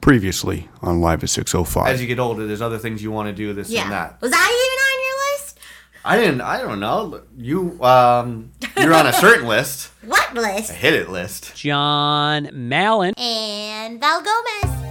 previously on Live at As 605. you get older, there's other things you want to do, this Yeah. and that. Was I I didn't. I don't know. You um, you're on a certain list, even on your list? What list? a hit it list. John Mallon. And Val Gomez.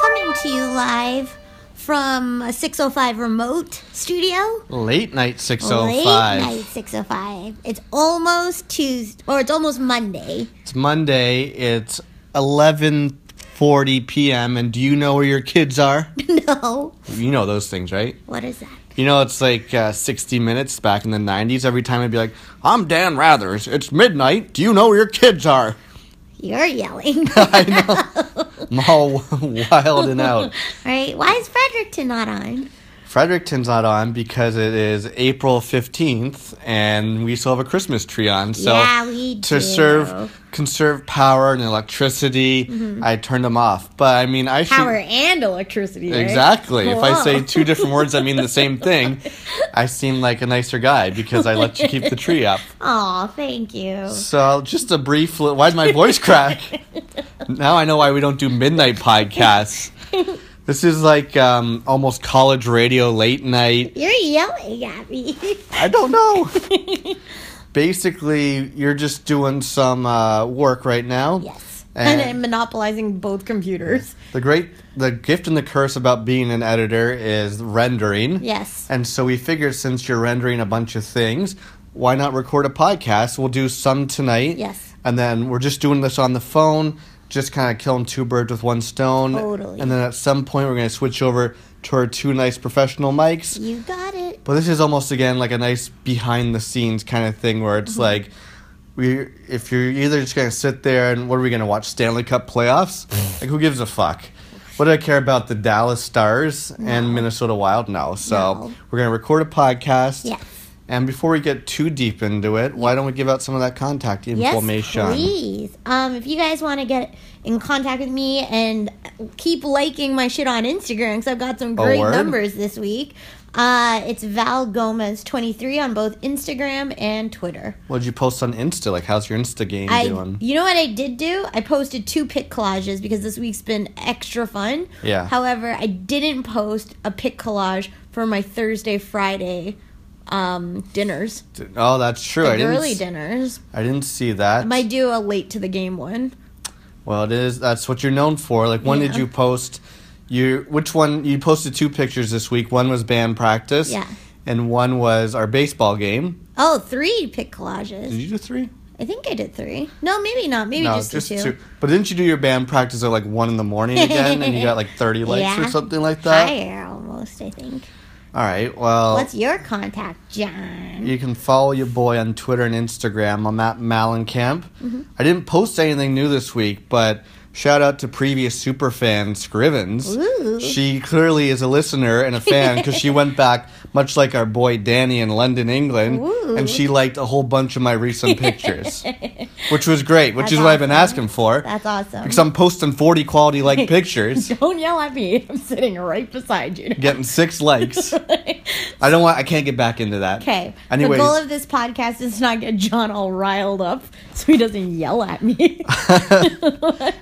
Coming to you live from a 605 remote studio. Late night six oh Late night 605. It's almost Tuesday, or it's almost Monday. It's Monday. It's 11:40 p.m. And do you know where your kids are? no. You know those things, right? What is that? You know it's like uh, 60 Minutes back in the 90s. Every time it'd be like, "I'm Dan Rathers. It's midnight. Do you know where your kids are?" You're yelling. I'm all wilding out. right? Why is Fredericton not on? Fredericton's not on because it is April 15th and we still have a Christmas tree on. So Yeah, we to do. serve conserve power and electricity, I turned them off. But I mean, I Mm-hmm. Power should and electricity. right? Exactly. If I say Whoa. two different words that mean the same thing, I seem like a nicer guy because I let you keep the tree up. Aw, thank you. So, just a brief. Li- Why'd my voice crack? now I know why we don't do midnight podcasts. This is like um, almost college radio late night. You're yelling at me. I don't know. Basically, you're just doing some uh, work right now. yes. And- And, I'm monopolizing both computers. The great, the gift and the curse about being an editor is rendering. Yes. And so we figured since you're rendering a bunch of things, why not record a podcast? We'll do some tonight. Yes. And then we're just doing this on the phone, just kind of killing two birds with one stone. Totally. And then at some point, we're going to switch over to our two nice professional mics. You got it. But this is almost again like a nice behind the scenes kind of thing where it's Mm-hmm. like we if you're either just gonna sit there and what are we gonna watch Stanley Cup playoffs? like who gives a fuck? What do I care about the Dallas Stars and Minnesota Wild? No. So No. we're gonna record a podcast. Yes. And before we get too deep into it, why don't we give out some of that contact Yes, information? please. Um, if you guys want to get in contact with me and keep liking my shit on Instagram, because I've got some great word? numbers this week. Uh, it's Val Gomez twenty three on both Instagram and Twitter. What did you post on Insta? Like how's your Insta game I, doing? you know what I did do? I posted two pic collages because this week's been extra fun. Yeah. However, I didn't post a pic collage for my Thursday, Friday um, dinners, Oh, that's true. I like didn't. early s- dinners. I didn't see that. I might do a late to the game one. Well, it is. That's what you're known for. Like, when did Yeah. you post? You which one? You posted two pictures this week. One was band practice. Yeah. And one was our baseball game. Oh, three pic Did collages. you do three? I think I did three. No, maybe not. Maybe just, the two. But didn't you do your band practice at like one in the morning again, and you got like thirty likes Yeah. or something like that? Oh. Higher almost, I think. All right. Well, What's your contact, John? you can follow your boy on Twitter and Instagram. I'm at Malencamp. Mm-hmm. I didn't post anything new this week, but shout out to previous super fan Scrivens. Ooh. She clearly is a listener and a fan because she went back, much like our boy Danny in London, England, Ooh. and she liked a whole bunch of my recent pictures, which was great, which That's is what I've been awesome. asking for. That's awesome. because I'm posting 40 quality like pictures, Don't yell at me. I'm sitting right beside you. getting six likes. I don't want. I can't get back into that. Okay. Anyways, The goal of this podcast is not get John all riled up so he doesn't yell at me.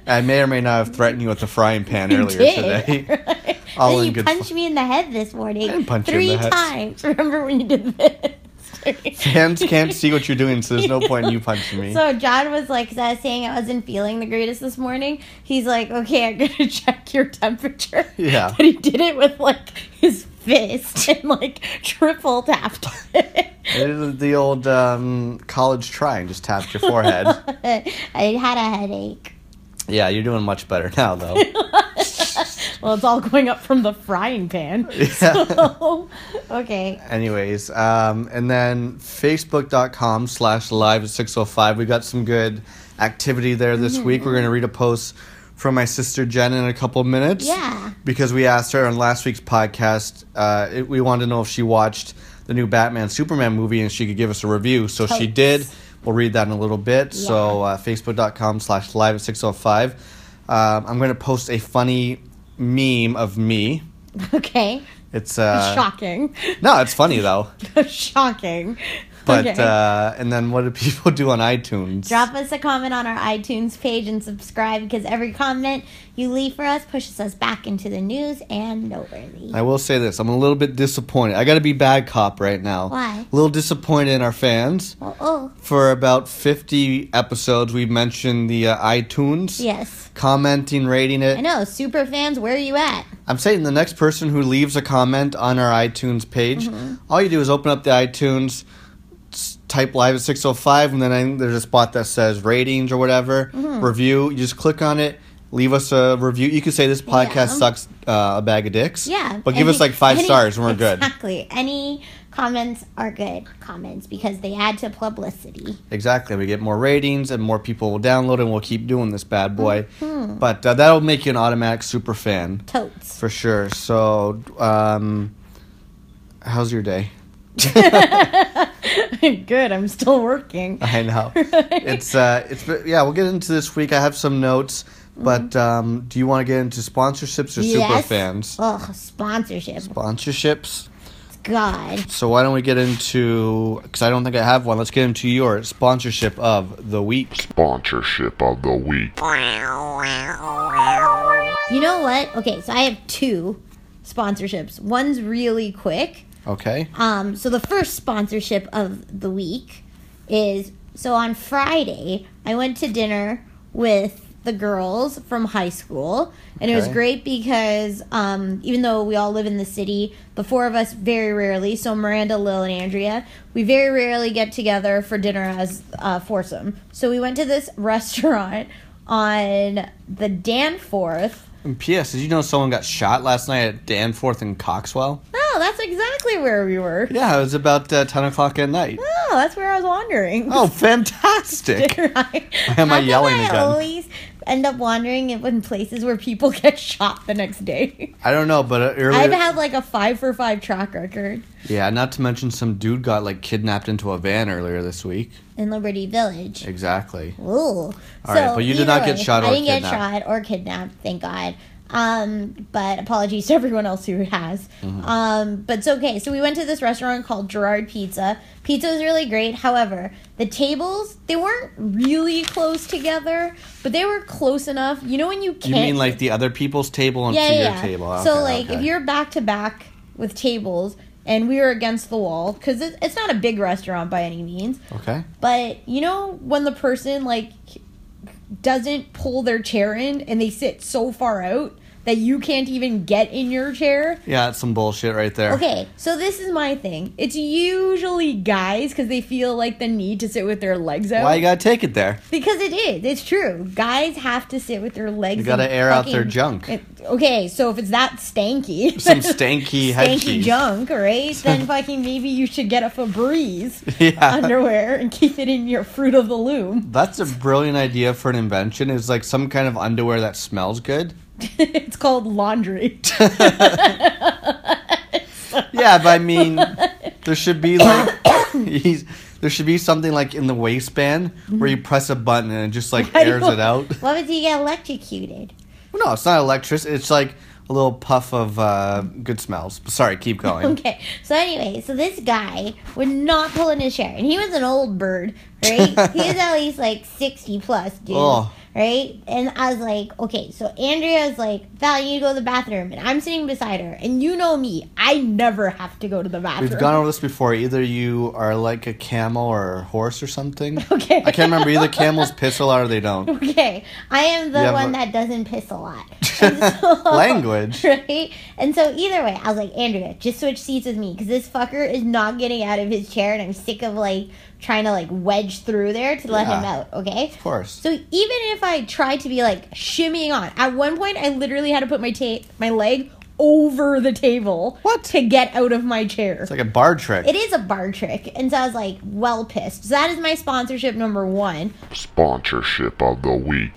I may or may not have threatened you with the frying pan earlier did. today. Then All in you good punched fun. me in the head this morning. didn't punch you in three the head. times. Remember when you did this? Fans can't see what you're doing, so there's no point in you punching me. so John was like, because I was saying I wasn't feeling the greatest this morning. He's like, okay, I'm gonna check your temperature. Yeah. But he did it with like his fist and like triple tapped. it. it is the old um, college try and just tapped your forehead. I had a headache. yeah, you're doing much better now, though. Well, it's all going up from the frying pan. Yeah. Okay. Anyways, um, and then facebook.com slash live 605. We got some good activity there this week. We're going to read a post from my sister Jen in a couple minutes. Yeah. Because we asked her on last week's podcast, uh, it, we wanted to know if she watched the new Batman Superman movie and she could give us a review. So she Totes. did. We'll read that in a little bit. So uh, facebook.com slash live 605. Um, I'm going to post a funny meme of me Okay. It's uh, Shocking. no, it's funny though. Shocking. But Okay. uh, and then what do people do on iTunes? Drop us a comment on our iTunes page and subscribe because every comment you leave for us pushes us back into the news and noteworthy. I will say this: I'm a little bit disappointed. I got to be bad cop right now. Why? A little disappointed in our fans. Oh, oh, For about 50 episodes, we mentioned the uh, iTunes. yes. Commenting, rating I it. know, super fans, where are you at? I'm saying the next person who leaves a comment on our iTunes page, Mm-hmm. all you do is open up the iTunes, s- type live at 605, and then I, there's a spot that says ratings or whatever, Mm-hmm. review. You just click on it, leave us a review. You could say this podcast Yeah. sucks uh, a bag of dicks. Yeah. But give us any- like five any- stars and we're good. Exactly. Any comments are good comments because they add to publicity. Exactly. We get more ratings and more people will download and we'll keep doing this bad boy. Mm-hmm. But uh, that'll make you an automatic super fan Totes. for sure. So, um, how's your day? Good. I'm still working. I know. it's uh it's been- yeah, we'll get into this week. I have some notes, Mm-hmm. but um, do you want to get into sponsorships or super fans? Ugh, sponsorship. Sponsorships. God. So why don't we get into cuz I don't think I have one. Let's get into your sponsorship of the week. sponsorship of the week. You know what? Okay, so I have two sponsorships. One's really quick. Okay? Uh. Um, so the first sponsorship of the week is so on Friday I went to dinner with the girls from high school, and it was Okay. great because um, even though we all live in the city, the four of us very rarely. So Miranda, Lil, and Andrea, we very rarely get together for dinner as uh, foursome. So we went to this restaurant on the Danforth. And PS, did you know someone got shot last night at Danforth and Coxwell? Oh, that's exactly where we were. Yeah, it was about uh, 10 o'clock at night. Oh, that's where I was wandering. Oh, fantastic. Right? Why am I How come yelling I again? always end up wandering in places where people get shot the next day. I don't know, but uh, I've earlier. had like a five for five track record Yeah, not to mention some dude got like kidnapped into a van earlier this week. In Liberty Village. Exactly. Ooh. All right, but you did not get shot or I didn't get kidnapped. shot or kidnapped, thank God. Um, but apologies to everyone else who has. Mm-hmm. Um, but it's okay. So we went to this restaurant called Gerard Pizza. Pizza was really great. However, the tables they weren't really close together, but they were close enough. You know when you can't You mean like the other people's table and to your table? So Okay, like if okay. you're back to back with tables and we were against the wall because it, it's not a big restaurant by any means, okay, but you know when the person like doesn't pull their chair in and they sit so far out that you can't even get in your chair. yeah, that's some bullshit right there. Okay, so this is my thing. It's usually guys because they feel like the need to sit with their legs out. Why you gotta take it there? Because it is. It's true. Guys have to sit with their legs. You gotta and air out their fucking- junk. It- okay, so if it's that stanky, Some stanky stanky headpiece. junk, right? then fucking maybe you should get a Febreze Yeah. underwear and keep it in your Fruit of the Loom. That's a brilliant idea for an invention. Is like some kind of underwear that smells good. it's called laundry. Yeah, but I mean, there should be like, he's, there should be something like in the waistband where you press a button and it just like airs it out. What would you get electrocuted? No, it's not electric. It's like a little puff of uh, good smells. Sorry, keep going. Okay, so anyway, so this guy would not pull in his chair, and he was an old bird, right? he was at least like 60 plus, dude. Oh. Right? And I was like, okay, so Andrea's like, Val, you need to go to the bathroom. And I'm sitting beside her. And you know me, I never have to go to the bathroom. We've gone over this before. Either you are like a camel or a horse or something. Okay. I can't remember. Either camels piss a lot or they don't. Okay, I am the You have one a- that doesn't piss a lot. And so- Language. Right? And so either way, I was like, Andrea, just switch seats with me because this fucker is not getting out of his chair and I'm sick of like trying to like wedge through there to let him Yeah. out, okay? Of course. So even if I tried to be like shimmying on, at one point I literally had to put my ta- my leg over the table What? to get out of my chair. It's like a bar trick. It is a bar trick. And so I was like, well pissed. So that is my sponsorship number one. Sponsorship of the week.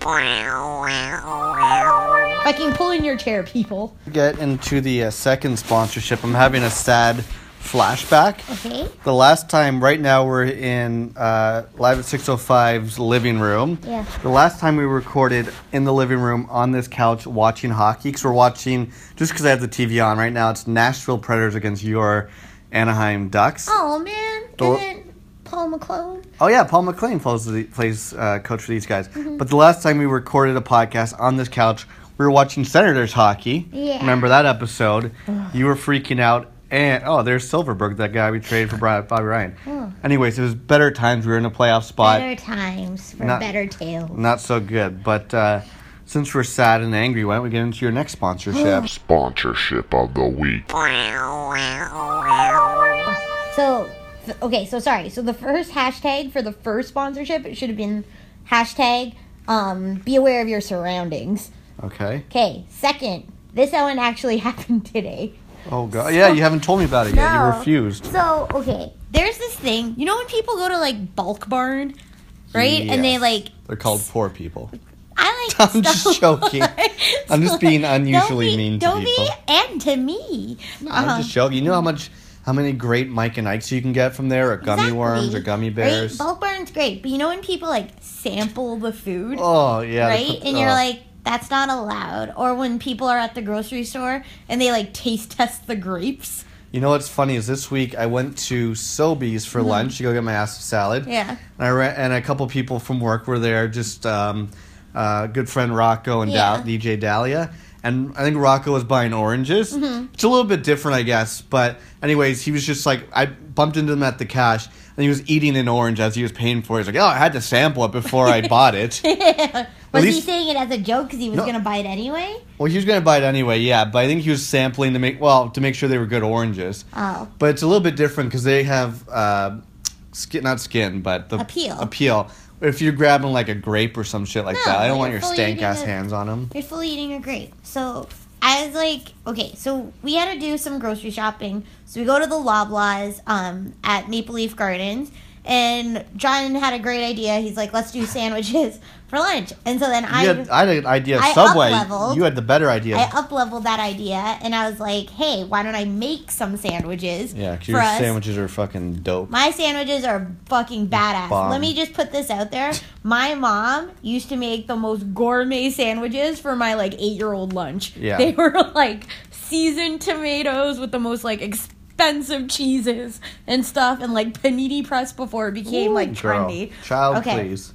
Fucking pull in your chair, people. Get into the uh, second sponsorship. I'm having a sad flashback. Okay. The last time, right now, we're in uh, Live at 605's living room. Yeah. The last time we recorded in the living room on this couch watching hockey, because we're watching, just because I have the TV on right now, it's Nashville Predators against your Anaheim Ducks. Oh man, Dol- isn't Paul McClone? Oh yeah, Paul McLean plays the, plays uh, coach for these guys. Mm-hmm. But the last time we recorded a podcast on this couch, we were watching Senators hockey. Yeah. Remember that episode? you were freaking out. And oh, there's Silverberg, that guy we traded for Bri- Bobby Ryan. Anyways, it was better times. We were in a playoff spot. Better times for Not- better tales. Not so good. But uh, since we're sad and angry, why don't we get into your next sponsorship? Sponsorship of the week. So, th- okay, so sorry. So the first hashtag for the first sponsorship it should have been hashtag um, be aware of your surroundings. okay. Okay, second, this one actually happened today. Oh god. Yeah, you haven't told me about it yet. No. You refused. So, okay, there's this thing. You know when people go to like Bulk Barn, right? And they Yes. like They're called poor people. I like. I'm just stuff joking. like- I'm just being unusually don't be, mean to don't people. be and to me. Uh-huh. I'm just joking. You know how much, how many great Mike and Ikes you can get from there, or gummy Exactly, worms, or gummy right? bears. Bulk barn's great, but you know when people like sample the food, Oh yeah, they right? put- and you're oh. like, that's not allowed. Or when people are at the grocery store and they like taste test the grapes. you know what's funny is this week I went to Sobeys for lunch to go get my ass salad. Mm-hmm. Yeah. and I ran, and a couple people from work were there. Just um, uh, good friend Rocco and Yeah. Dal- DJ Dahlia. And I think Rocco was buying oranges. Mm-hmm. It's a little bit different, I guess. But anyways, he was just like I bumped into him at the cash, and he was eating an orange as he was paying for. it. He's like, "Oh, I had to sample it before I bought it." Was he least- saying it as a joke because he was No. gonna buy it anyway? Well, he was going to buy it anyway, yeah. But I think he was sampling to make well to make sure they were good oranges. Oh. But it's a little bit different because they have uh, skin, not skin, but the Appeal. Appeal. If you're grabbing like a grape or some shit like No, that, I don't want you're your fully stank ass eating it. hands on them. You're fully eating a grape. So I was like, okay, so we had to do some grocery shopping. So we go to the Loblaws um, at Maple Leaf Gardens, and John had a great idea. He's like, let's do sandwiches for lunch. And so then I. I had, I had an idea of I Subway. up-leveled. You had the better idea. I up leveled that idea and I was like, hey, why don't I make some sandwiches? yeah, 'cause for your us? sandwiches are fucking dope. My sandwiches are fucking badass. Bomb. Let me just put this out there. My mom used to make the most gourmet sandwiches for my like eight year old lunch. Yeah. They were like seasoned tomatoes with the most like expensive cheeses and stuff and like panini press before it became like Girl. trendy. Child, Okay. please.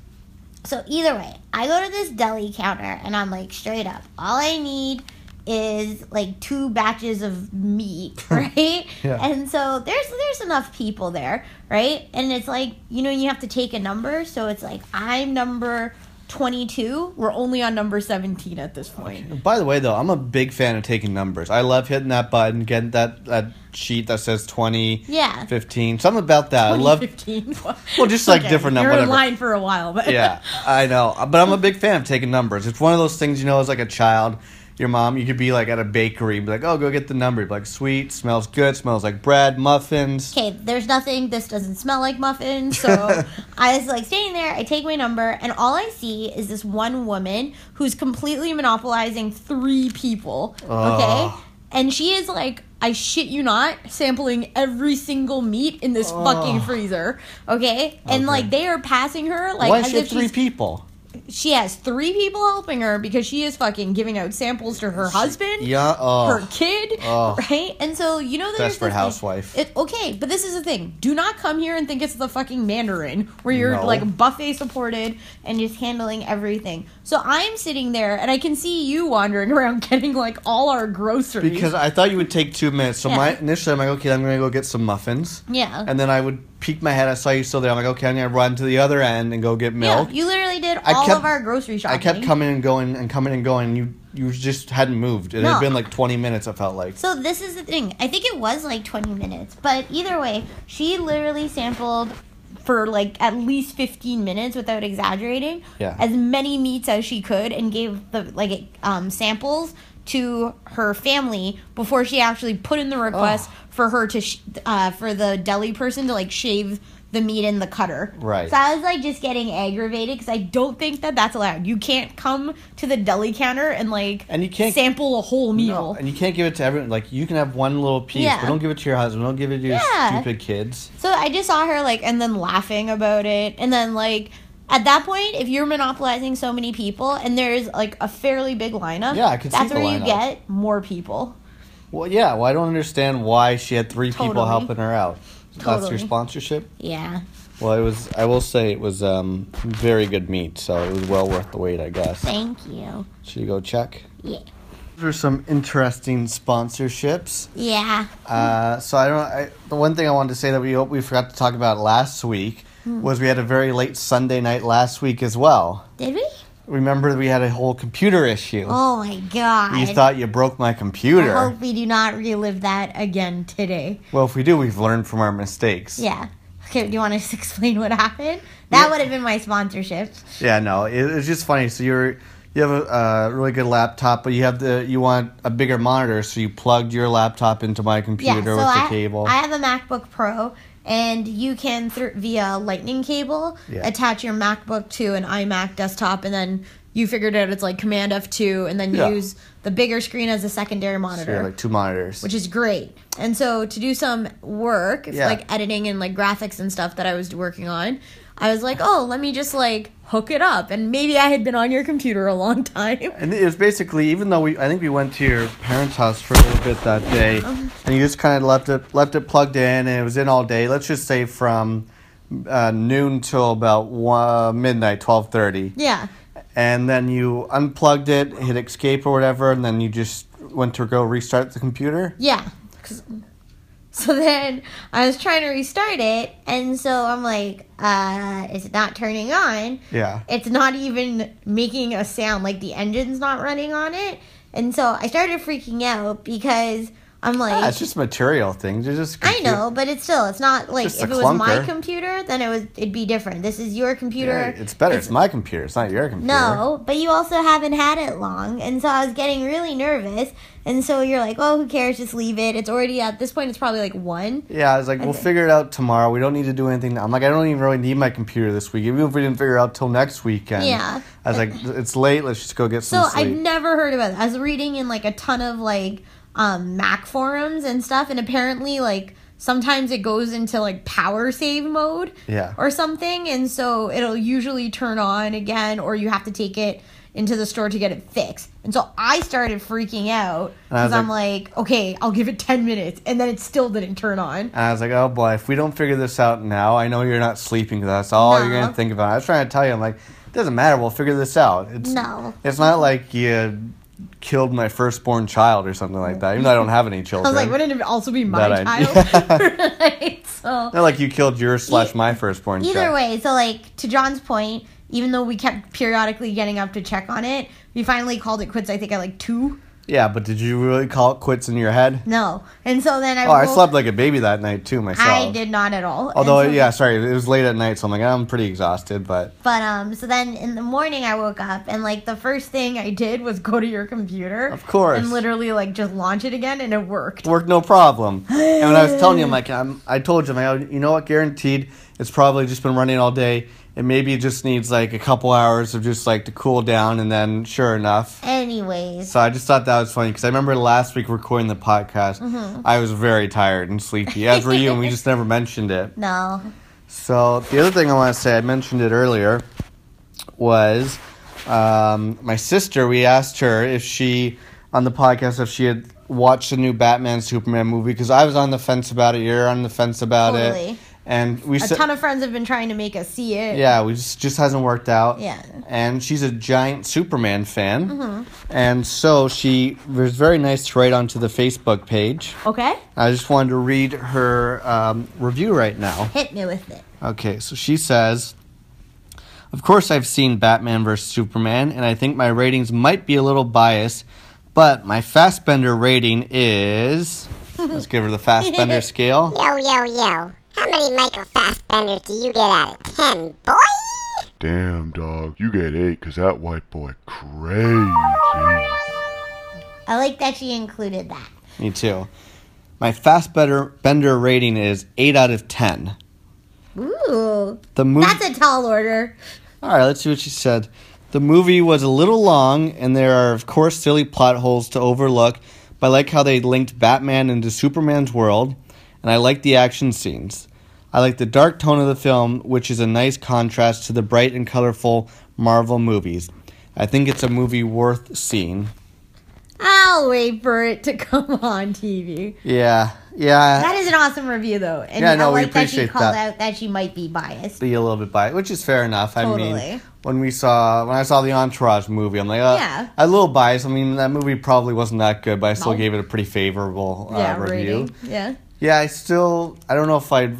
So either way, I go to this deli counter and I'm like, straight up, all I need is like two batches of meat, right? Yeah. And so there's there's enough people there, right? And it's like, you know, you have to take a number, so it's like I'm number 22. We're only on number 17 at this point. By the way, though, I'm a big fan of taking numbers. I love hitting that button, getting that, that sheet that says 20, Yeah. 15, something about that. I love 15. Well, just, like, different num- You're in whatever. line for a while, but yeah, I know. But I'm a big fan of taking numbers. It's one of those things, you know, as like a child, your mom, you could be like at a bakery, be like, oh, go get the number. You'd be like, sweet, smells good, smells like bread, muffins. okay, there's nothing. This doesn't smell like muffins. So I was like standing there. I take my number, and all I see is this one woman who's completely monopolizing three people. Okay. And she is like, I shit you not, sampling every single meat in this fucking freezer. Okay? And like they are passing her like Why as is she have if three she's- people? she has three people helping her because she is fucking giving out samples to her husband Yeah, her oh. kid, Oh. right? And so you know that there's Desperate this- housewife. It, okay, but this is the thing. Do not come here and think it's the fucking Mandarin where you're No. like buffet supported and just handling everything. So I'm sitting there and I can see you wandering around getting like all our groceries. Because I thought you would take two minutes. So Yeah. my initially, I'm like, okay, I'm going to go get some muffins. yeah, And then I would peek my head. I saw you still there. I'm like, okay, I'm going to run to the other end and go get milk. yeah, you literally did I all kept- of our grocery shopping. I kept coming and going and coming and going. You you just hadn't moved. It No. had been like 20 minutes. I felt like. So this is the thing. I think it was like 20 minutes, but either way, she literally sampled for like at least 15 minutes without exaggerating Yeah. as many meats as she could and gave the like um, samples to her family before she actually put in the request for her to sh- uh, for the deli person to like shave the meat in the cutter. Right. So I was like just getting aggravated because I don't think that that's allowed. You can't come to the deli counter and like And you can't- sample a whole meal. No, and you can't give it to everyone. Like you can have one little piece, Yeah. but don't give it to your husband. Don't give it to your Yeah. stupid kids. So I just saw her like, and then laughing about it, and then like, at that point, if you're monopolizing so many people, and there's like a fairly big lineup, Yeah, I could see that's the where lineup. you get more people. Well, yeah. Well, I don't understand why she had three people Totally. helping her out. That's your Totally. sponsorship. Yeah, Well, it was. I will say it was um, very good meat, so it was well worth the wait. I guess. thank you. Should you go check? Yeah, Those are some interesting sponsorships. yeah, Uh, so I don't. I, the one thing I wanted to say that we oh, we forgot to talk about last week Hmm. was we had a very late Sunday night last week as well. did we? Remember, we had a whole computer issue. Oh my god! You thought you broke my I computer. hope we do not relive that again today. Well, if we do, we've learned from our mistakes. Yeah. Okay, do you want to explain what happened? That would have been my sponsorship. Yeah, no, it, it's just funny. So you're you have a uh, really good laptop, but you have the you want a bigger monitor, so you plugged your laptop into my computer yeah, so with the I, cable. I have a MacBook Pro, and you can through via Lightning cable Yeah. attach your MacBook to an iMac desktop, and then you figured out it's like Command F two, and then Yeah. use the bigger screen as a secondary so you have monitor, like two monitors. which is great. And so to do some work, Yeah. like editing and like graphics and stuff that I was working on, I was like, oh, let me just like hook it up, and maybe I had been on your computer a long time. and it was basically even though we I think we went to your parents' house for a little bit that day, Uh-huh. and you just kind of left it left it plugged in, and it was in all day. Let's just say from uh, noon till about one, midnight, twelve thirty. Yeah. and then you unplugged it, hit escape or whatever, and then you just went to go restart the computer. Yeah. 'Cause- So then I was trying to restart it, and so I'm like, uh, it's not turning on. Yeah. It's not even making a sound, like the engine's not running on it. And so I started freaking out because I'm like, Yeah, Ah, it's just material things. It's just I compu- know, but it's still, it's not like Just if a it was my clunker. computer, then it was, it'd be different. This is your computer. Yeah, it's better. It's, my computer. It's not your computer. No, but you also haven't had it long. And so I was getting really nervous. And so you're like, oh, who cares? Just leave it. It's already at this point, it's probably like one. Yeah, I was like, we'll figure it out tomorrow. We don't need to do anything. now. I'm like, I don't even really need my computer this week. Even if we didn't figure it out till next weekend. Yeah. I was like, it's late. Let's just go get So some I've sleep. never heard about it. I was reading in like a ton of like um, Mac forums and stuff. And apparently, like, sometimes it goes into like power save mode Yeah. or something. And so it'll usually turn on again, or you have to take it into the store to get it fixed. And so I started freaking out And I was because I'm like, okay, I'll give it 10 minutes. And then it still didn't turn on. and I was like, oh boy, if we don't figure this out now, I know you're not sleeping because that's all you're No. going to think about. I was trying to tell you, I'm like, it doesn't matter. We'll figure this out. It's, No. It's not like you killed my firstborn child or something like that, even though I don't have any children. I was like, wouldn't it also be my Oh, That I- child? right? So not like you killed yours slash E- my firstborn child. either way, so like to John's point, even though we kept periodically getting up to check on it, we finally called it quits. I think at like two. Yeah, but did you really call it quits in your head? No, and so then I. Oh, I woke- slept like a baby that night too myself. I did not at all. And Although, so- yeah, sorry, it was late at night, so I'm like, I'm pretty exhausted, but But um, so then in the morning I woke up and like the first thing I did was go to your computer. Of course. And literally like just launch it again and it worked. worked no problem. and when I was telling you, I'm like, I'm, I told you, I'm like, oh, you know what, guaranteed, it's probably just been running all day, and maybe it just needs like a couple hours of just like to cool down, and then sure enough. Anyways. So I just thought that was funny because I remember last week recording the podcast, I was very tired and sleepy, as were you, and we just never mentioned it. No. So the other thing I want to say, I mentioned it earlier, was um, my sister. We asked her if she on the podcast if she had watched the new Batman Superman movie because I was on the fence about it. You're on the fence about it, Totally. and we A said, ton of friends have been trying to make us see it. yeah, we just just hasn't worked out. Yeah. Mm-hmm. and she's a giant Superman fan, and so she was very nice to write onto the Facebook page. Okay. I just wanted to read her um, review right now. Hit me with it. Okay, so she says, Of course, I've seen Batman vs. Superman, and I think my ratings might be a little biased, but my Fastbender rating is. Let's give her the Fastbender scale. Yo, yo, yo. How many Michael Fassbenders do you get out of 10, boy? Damn, dog. You get eight 'cause that white boy crazy. I like that she included that. Me too. My Fastbender Bender rating is 8 out of 10. Ooh. no. The movie. That's a tall order. All right, let's see what she said. The movie was a little long, and there are, of course, silly plot holes to overlook, but I like how they linked Batman into Superman's world, and I like the action scenes. I like the dark tone of the film, which is a nice contrast to the bright and colorful Marvel movies. I think it's a movie worth seeing. I'll wait for it to come on TV. Yeah, yeah. That is an awesome review, though. And Yeah, I no, we like that appreciate she called that. out that she might be biased. be a little bit biased, which is fair enough. I mean, Totally. when we saw when I saw the Entourage movie, I'm like, uh, Yeah. a little biased. I mean, that movie probably wasn't that good, but I still No. gave it a pretty favorable uh, Yeah, review. rating. Yeah. Yeah, I still I don't know if I'd.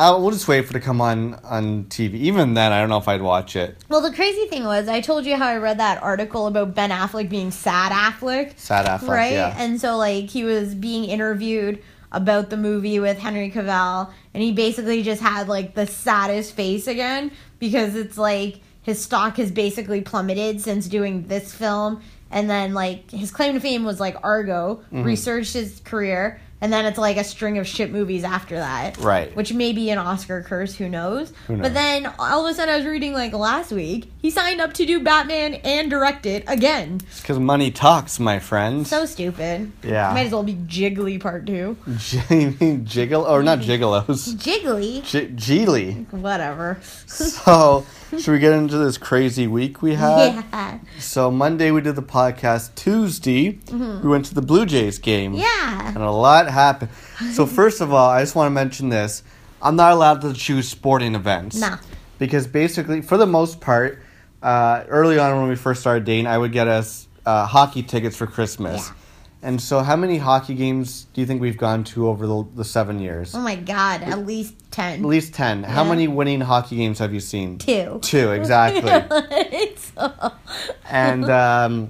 I'll, we'll just wait for it to come on on TV. Even then, I don't know if I'd watch it. Well, the crazy thing was, I told you how I read that article about Ben Affleck being sad Affleck. Sad Affleck, right? yeah. And so like he was being interviewed about the movie with Henry Cavill, and he basically just had like the saddest face again because it's like his stock has basically plummeted since doing this film, and then like his claim to fame was like Argo, Mm-hmm. researched his career, and then it's like a string of shit movies after that, Right. Which may be an Oscar curse, who knows? knows? But then all of a sudden, I was reading like last week, he signed up to do Batman and direct it again. It's because money talks, my friend. So stupid. Yeah. Might as well be Jiggly Part 2. Jamie Jiggle or not Gigolos, Jiggly? J- Geely. Whatever. So, should we get into this crazy week we had? yeah. So Monday we did the podcast. Tuesday we went to the Blue Jays game. Mm-hmm. Yeah. And a lot happened. So first of all, I just want to mention this. I'm not allowed to choose sporting events. Nah. Because basically, for the most part, uh, early on when we first started dating, I would get us uh, hockey tickets for Christmas. Yeah. And so, how many hockey games do you think we've gone to over the, the seven years? Oh my god, at least 10. At least ten. How Yeah. many winning hockey games have you seen? Two. Two, exactly. It's- and um,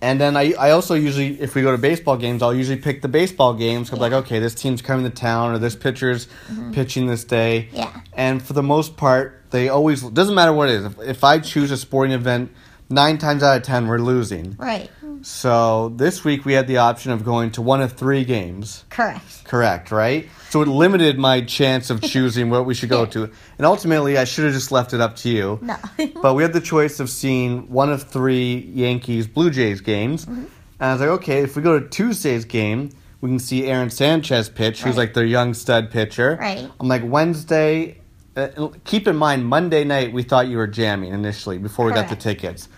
and then I, I also usually if we go to baseball games I'll usually pick the baseball games 'cause I'm like okay this team's coming to town or this pitcher's pitching this day Mm-hmm. Yeah. and for the most part they always doesn't matter what it is if, if I choose a sporting event nine times out of ten we're losing right. so this week we had the option of going to one of three games Correct. correct right so it limited my chance of choosing what we should go to and ultimately I should have just left it up to you No. but we had the choice of seeing one of three Yankees Blue Jays games. Mm-hmm. And I was like, okay, if we go to Tuesday's game, we can see Aaron Sanchez pitch, who's Right. like their young stud pitcher. Right. I'm like, Wednesday, uh, and keep in mind, Monday night, we thought you were jamming initially before we got the Correct. tickets.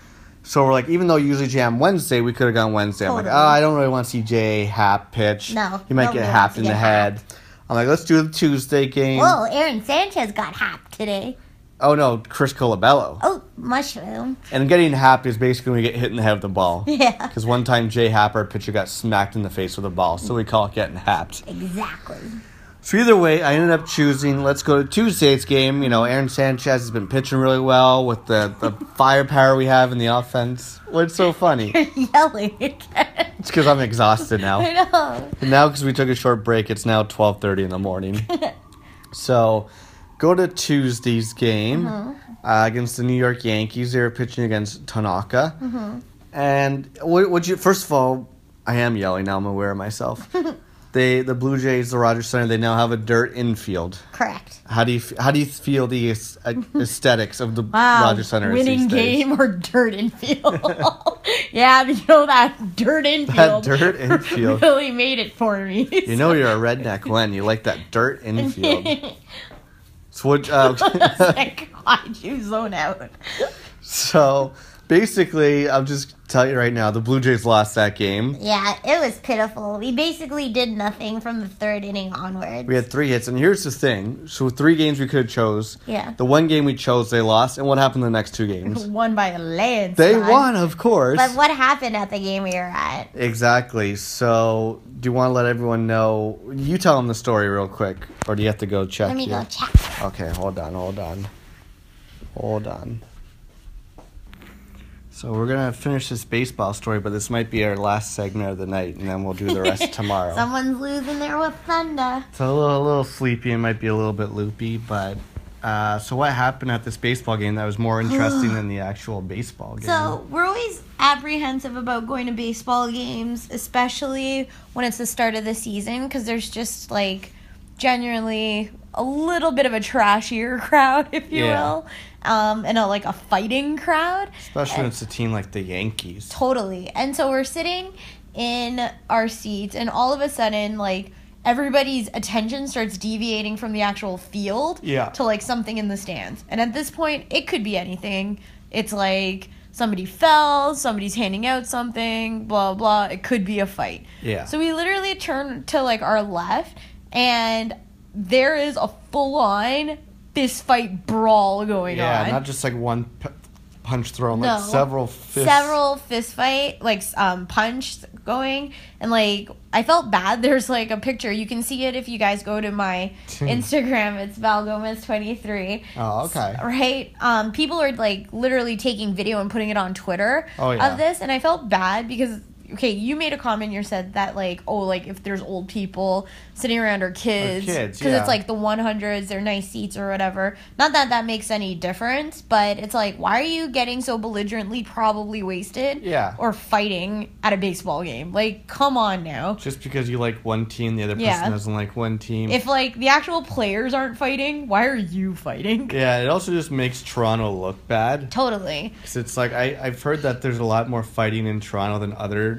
So we're like, even though you usually jam Wednesday, we could have gone Wednesday. I'm like, Totally. oh, I don't really want to see J.A. Happ pitch. No, He might nobody get wants happed to in the get head. I'm like, let's do the Tuesday game. Whoa, Aaron Sanchez got hacked today. Oh, no, Chris Colabello. Oh, mushroom. And getting happed is basically when we get hit in the head with the ball. Yeah. Because one time Jay Happ, our pitcher, got smacked in the face with a ball, so we call it getting happed. Exactly. So either way, I ended up choosing let's go to Tuesday's game. You know, Aaron Sanchez has been pitching really well with the, the firepower we have in the offense. What's so funny? Yelling again. It's because I'm exhausted now. I know. And now because we took a short break, it's now twelve thirty in the morning. so, go to Tuesday's game Uh-huh. uh, against the New York Yankees. They were pitching against Tanaka. Mm-hmm. And what would you? First of all, I am yelling now. I'm aware of myself. they, the Blue Jays, the Rogers Center. They now have a dirt infield. Correct. How do you f- how do you feel the aes- aesthetics of the Wow, Rogers Center? is winning these days? game or dirt infield? yeah, you know that dirt That infield dirt infield. really made it for me. You know you're a redneck when you like that dirt infield. So what? Uh, Thank God you zone out. so basically, I'm just telling you right now, the Blue Jays lost that game. Yeah, it was pitiful. We basically did nothing from the third inning onwards. We had three hits, and here's the thing: so three games we could have chose. Yeah. The one game we chose, they lost, and what happened the next two games? Won by a landslide. They won, of course. But what happened at the game we were at? Exactly. So, do you want to let everyone know? You tell them the story real quick, or do you have to go check? Let me here? Oh. go check. Okay, hold on, hold on. Hold on. So we're gonna finish this baseball story, but this might be our last segment of the night, and then we'll do the rest tomorrow. Someone's losing their Thunder. It's a little, a little sleepy and might be a little bit loopy, but uh, so what happened at this baseball game that was more interesting than the actual baseball game? So we're always apprehensive about going to baseball games, especially when it's the start of the season, because there's just like genuinely a little bit of a trashier crowd, if you Yeah. will, um, and a, like a fighting crowd. Especially when it's a team like the Yankees. Totally. And so we're sitting in our seats, and all of a sudden, like, everybody's attention starts deviating from the actual field Yeah. to, like, something in the stands. And at this point, it could be anything. It's like somebody fell, somebody's handing out something, blah, blah. It could be a fight. Yeah. So we literally turn to, like, our left, and there is a full on fist fight brawl going Yeah, on not just like one p- punch thrown, No. like several fists. several fist fight like s- um punch going and like i felt bad there's like a picture you can see it if you guys go to my instagram it's val gomez 23 Oh, okay. right um people are like literally taking video and putting it on twitter Oh, yeah. of this and i felt bad because okay you made a comment you said that like oh like if there's old people sitting around or kids kids, it's yeah. like the 100s they're nice seats or whatever not that that makes any difference but it's like why are you getting so belligerently probably wasted Yeah. or fighting at a baseball game like come on now Just because you like one team, the other person Yeah. doesn't like one team. if like the actual players aren't fighting why are you fighting yeah, it also just makes Toronto look bad. totally 'Cause it's like, I, I've heard that there's a lot more fighting in Toronto than other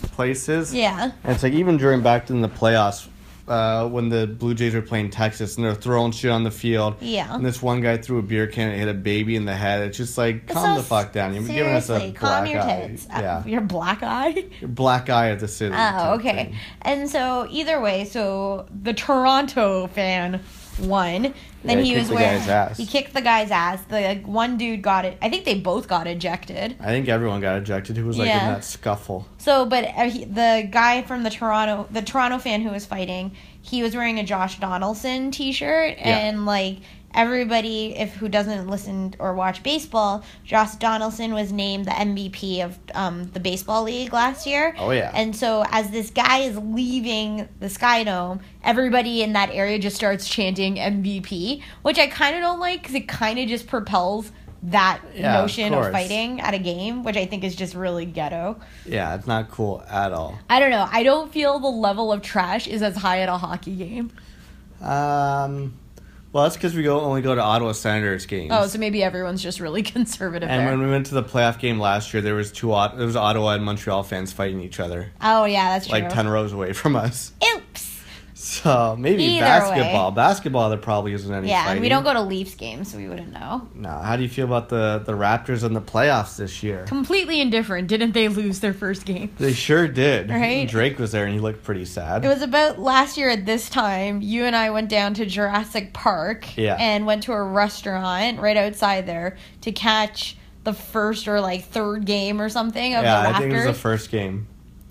places. yeah And it's like even during back in the playoffs, uh, when the Blue Jays were playing Texas and they're throwing shit on the field. Yeah. And this one guy threw a beer can and hit a baby in the head. It's just like calm so the fuck down. You're giving us a seriously, calm black your eye. tits. Uh, Yeah. your black eye black eye of the city. Oh, type okay. thing. And so either way, so the Toronto fan won. Then Yeah, he he, kicked was the wearing. guy's ass. He kicked the guy's ass. The like, one dude got it. I think they both got ejected. I think everyone got ejected who was like Yeah. in that scuffle. So, but uh, he, the guy from the Toronto, the Toronto fan who was fighting, he was wearing a Josh Donaldson T-shirt, Yeah. and like everybody, if who doesn't listen or watch baseball, Josh Donaldson was named the MVP of um, the baseball league last year. Oh, yeah. And so, as this guy is leaving the Sky Dome, everybody in that area just starts chanting MVP, which I kind of don't like because it kind of just propels that Yeah, of notion of course. fighting at a game, which I think is just really ghetto. Yeah, it's not cool at all. I don't know. I don't feel the level of trash is as high at a hockey game. Um, well, that's because we go only go to Ottawa Senators games. Oh, so maybe everyone's just really conservative and there. when we went to the playoff game last year, there was two. Ot- There was Ottawa and Montreal fans fighting each other, oh yeah, that's true. like ten rows away from us. Oops. So maybe Either basketball. way. Basketball, there probably isn't any. Yeah, fighting. and we don't go to Leafs games, so we wouldn't know. No, how do you feel about the the Raptors in the playoffs this year? Completely indifferent. Didn't they lose their first game? They sure did. Right? Drake was there and he looked pretty sad. It was about last year at this time. You and I went down to Jurassic Park Yeah. and went to a restaurant right outside there to catch the first or like third game or something of yeah, the Raptors. I think it was the first game.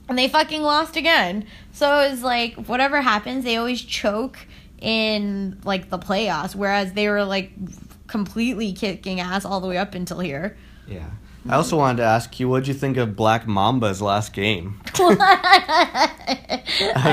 and they fucking lost again. So it was like whatever happens, they always choke in like the playoffs, whereas they were like completely kicking ass all the way up until here. Yeah. I also wanted to ask you, what did you think of Black Mamba's last game? I'm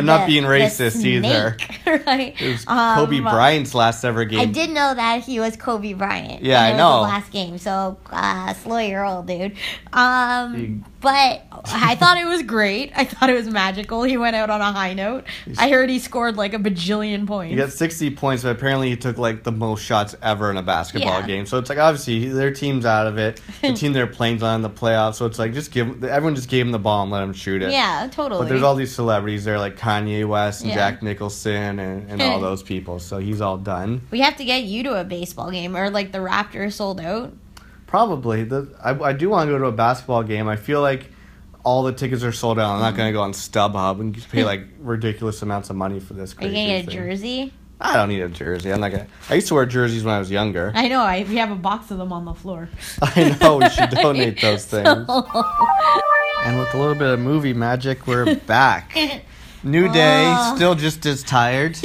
not being racist either. right? It was Kobe Um, Bryant's last ever game. I did know that he was Kobe Bryant. Yeah, That I was know. The last game, so uh, slow your roll, dude. Um, You- but I thought it was great. I thought it was magical. He went out on a high note. I heard he scored like a bajillion points. He got 60 points, but apparently he took like the most shots ever in a basketball Yeah. game. So it's like obviously their team's out of it. The team they're playing's on in the playoffs. So it's like just give everyone just gave him the ball and let him shoot it. Yeah, totally. But there's all these celebrities there, like Kanye West and Yeah. Jack Nicholson and, and all those people. So he's all done. we have to get you to a baseball game, or like the Raptors sold out. Probably. The, I, I do want to go to a basketball game. I feel like all the tickets are sold out. I'm not going to go on StubHub and just pay like ridiculous amounts of money for this Are you crazy gonna get a thing. jersey? I don't need a jersey. I'm not going to. I used to wear jerseys when I was younger. I know. I, we have a box of them on the floor. I know we should donate those things. and with a little bit of movie magic, we're back. New day, still just as tired.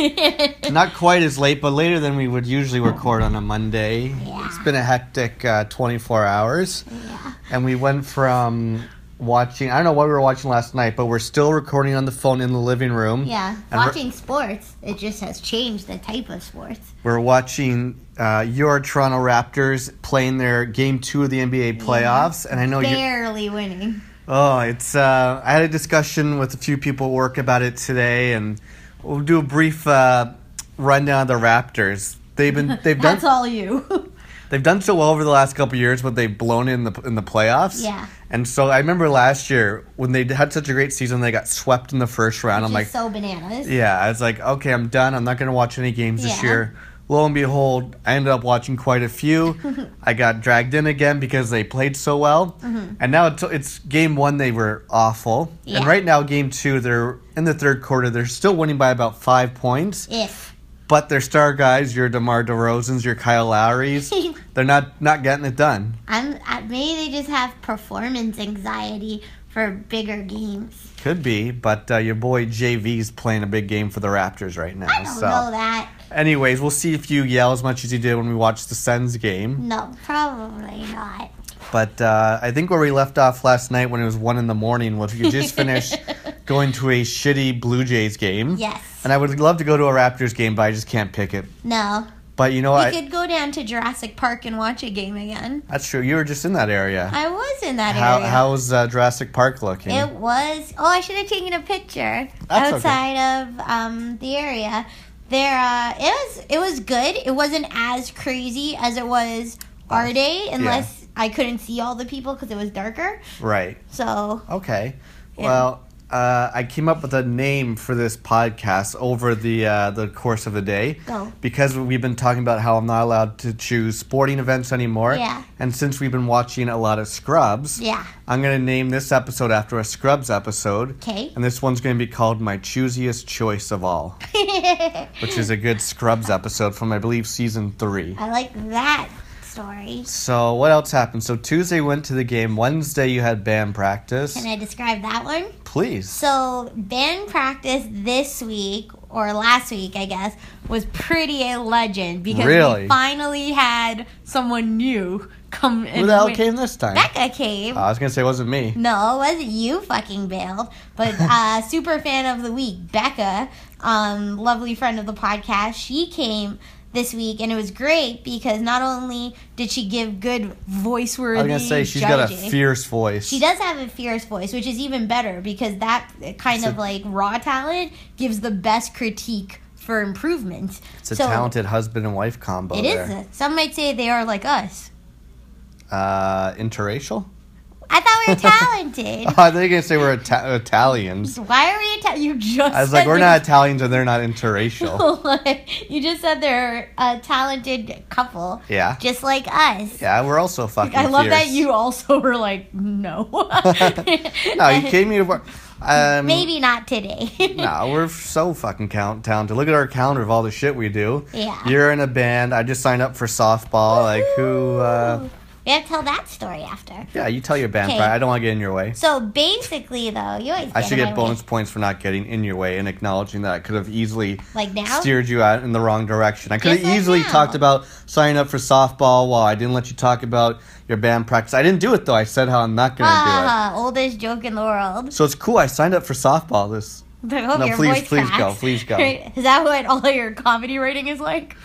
Not quite as late, but later than we would usually record on a Monday. It's been a hectic uh, 24 hours. And we went from watching, I don't know what we were watching last night, but we're still recording on the phone in the living room. Yeah, And we're- watching sports. It just has changed the type of sports. We're watching uh, your Toronto Raptors playing their game two of the NBA playoffs. And I know you. Barely winning. Oh, it's. Uh, I had a discussion with a few people at work about it today, and we'll do a brief uh, rundown of the Raptors. They've been they've done That's all you. they've done so well over the last couple years, but they've blown in the in the playoffs. Yeah. And so I remember last year when they had such a great season, they got swept in the first round. I'm like, Just so bananas. yeah, I was like, okay, I'm done. I'm not going to watch any games this Yeah. year. Lo and behold, I ended up watching quite a few. I got dragged in again because they played so well, and now it's, it's game one. They were awful, and Mm-hmm. Yeah. right now game two, they're in the third quarter. They're still winning by about five points, If but their star guys, your Demar Derozans, your Kyle Lowry's, they're not not getting it done. I'm, I, maybe they just have performance anxiety for bigger games. Could be, but uh, your boy JV's playing a big game for the Raptors right now. I don't so. know that. Anyways, we'll see if you yell as much as you did when we watched the Sens game. No, probably not. But uh, I think where we left off last night when it was one in the morning was we just finished going to a shitty Blue Jays game. Yes. And I would love to go to a Raptors game, but I just can't pick it. No. But you know We what? could go down to Jurassic Park and watch a game again. That's true. You were just in that area. I was in that How, area. how's uh, Jurassic Park looking? It was. Oh, I should have taken a picture That's okay. outside of um, the area. There, uh, it was. It was good. It wasn't as crazy as it was our day, unless I couldn't see all the people because it was darker. right. So Okay. Yeah. Well, uh, I came up with a name for this podcast over the uh, the course of the day. Go. Because we've been talking about how I'm not allowed to choose sporting events anymore. Yeah. And since we've been watching a lot of Scrubs. yeah, I'm gonna name this episode after a Scrubs episode. 'Kay. And this one's gonna be called My Choosiest Choice of All, I which is a good Scrubs episode from I believe season three. like that story. So what else happened? So Tuesday went to the game. Wednesday you had band practice. Can I describe that one? Please. So band practice this week or last week, I guess, was pretty a legend because Really? we finally had someone new come. Who and the hell win. came this time? Becca came. Uh, I was gonna say it wasn't me. no, it wasn't you fucking bailed, but uh, super fan of the week, Becca, um, lovely friend of the podcast, she came this week and it was great because not only did she give good voice worthy I was gonna say she's got a fierce voice. she does have a fierce voice, which is even better because that kind of like raw talent gives the best critique for improvement. It's a talented husband and wife combo. It there. is. Some might say they are like us. Uh, interracial. I thought we were talented. I thought you were gonna say we're Ita- Italians. Why are we Italian? You just I was said like, we're they- not Italians and they're not interracial. Like, you just said they're a talented couple, yeah. just like us. Yeah, we're also fucking. I love that fierce. you also were like, no. No, you kidding me? We're- Um, Maybe not today. No, we're so fucking count- talented. Look at our calendar of all the shit we do. Yeah. You're in a band. I just signed up for softball. Like who? uh we have to tell that story after. Yeah, you tell your band. Okay. pride. I don't want to get in your way. So basically, though, you always I should get in my way. bonus points for not getting in your way and acknowledging that I could have easily Like now? steered you out in the wrong direction. I could Just have like easily now. talked about signing up for softball while I didn't let you talk about your band practice. I didn't do it though. I said how I'm not going to do Ah, oldest joke in the world. it. So it's cool. I signed up for softball this. I hope No, your please- voice please go, cracks. please go. Right? Is that what all your comedy rating is like?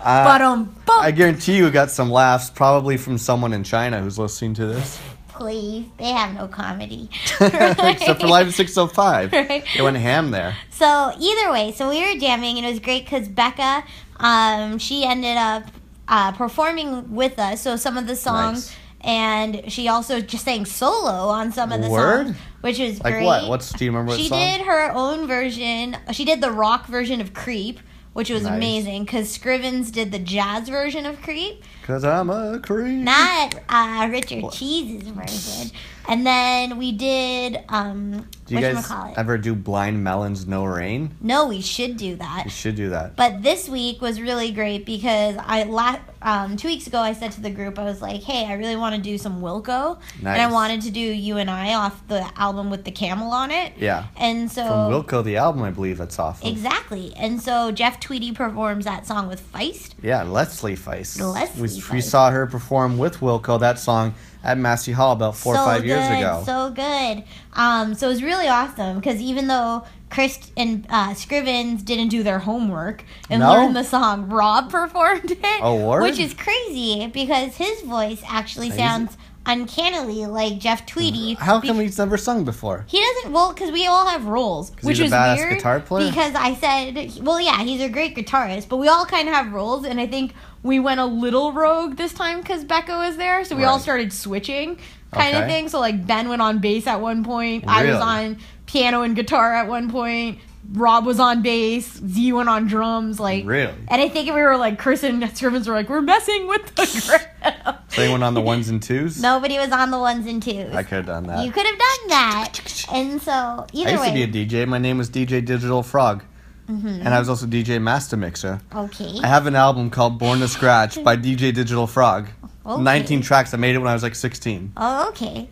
Uh, but um, I guarantee you got some laughs probably from someone in China who's listening to this. Please, they have no comedy. Except for Live 605. Right. It went ham there. So either way, so we were jamming and it was great because Becca, um, she ended up uh, performing with us. So some of the songs, Nice. and she also just sang solo on some of the Word? songs, which was Like great. what? What's do you remember what she song? did her own version. She did the rock version of Creep, which was Nice. amazing because Scrivens did the jazz version of Creep, Cuz I'm a creep. not uh, Richard Cheese's version. And then we did um, do you guys whatchamacallit? ever do Blind Melon's No Rain? no, we should do that. You should do that. But this week was really great because I la- um, two weeks ago I said to the group I was like, "Hey, I really want to do some Wilco, and I Nice. wanted to do You and I off the album with the camel on it." Yeah. And so From Wilco, the album, I believe that's off. Of. exactly, and so Jeff Tweedy performs that song with Feist. Yeah, Leslie Feist. Leslie we, we Feist. saw her perform with Wilco that song at Massey Hall about four so or five years good, ago. So good. Um, so it was really awesome because even though Chris and uh, Scrivens didn't do their homework and No? learn the song, Rob performed it. Oh, word? Which is crazy because his voice actually sounds uncannily like Jeff Tweedy. How come he's never sung before? He doesn't well because we all have roles, which he's a is badass weird. guitar player? Because I said, well, yeah, he's a great guitarist, but we all kind of have roles, and I think we went a little rogue this time because Becca was there, so we all Right. started switching kind of Okay. thing. So like Ben went on bass at one point, I was Really? on piano and guitar at one point. Rob was on bass, Z went on drums, like Really? And I think we were like Chris and Scrivens were like, we're messing with the ground. So he went on the ones and twos. Nobody was on the ones and twos. I could have done that. You could have done that. And so, either I used to way. be a DJ. My name was DJ Digital Frog, Mm-hmm. and I was also DJ Master Mixer. okay. I have an album called Born to Scratch by DJ Digital Frog. Okay. 19 tracks. I made it when I was like 16. oh, okay.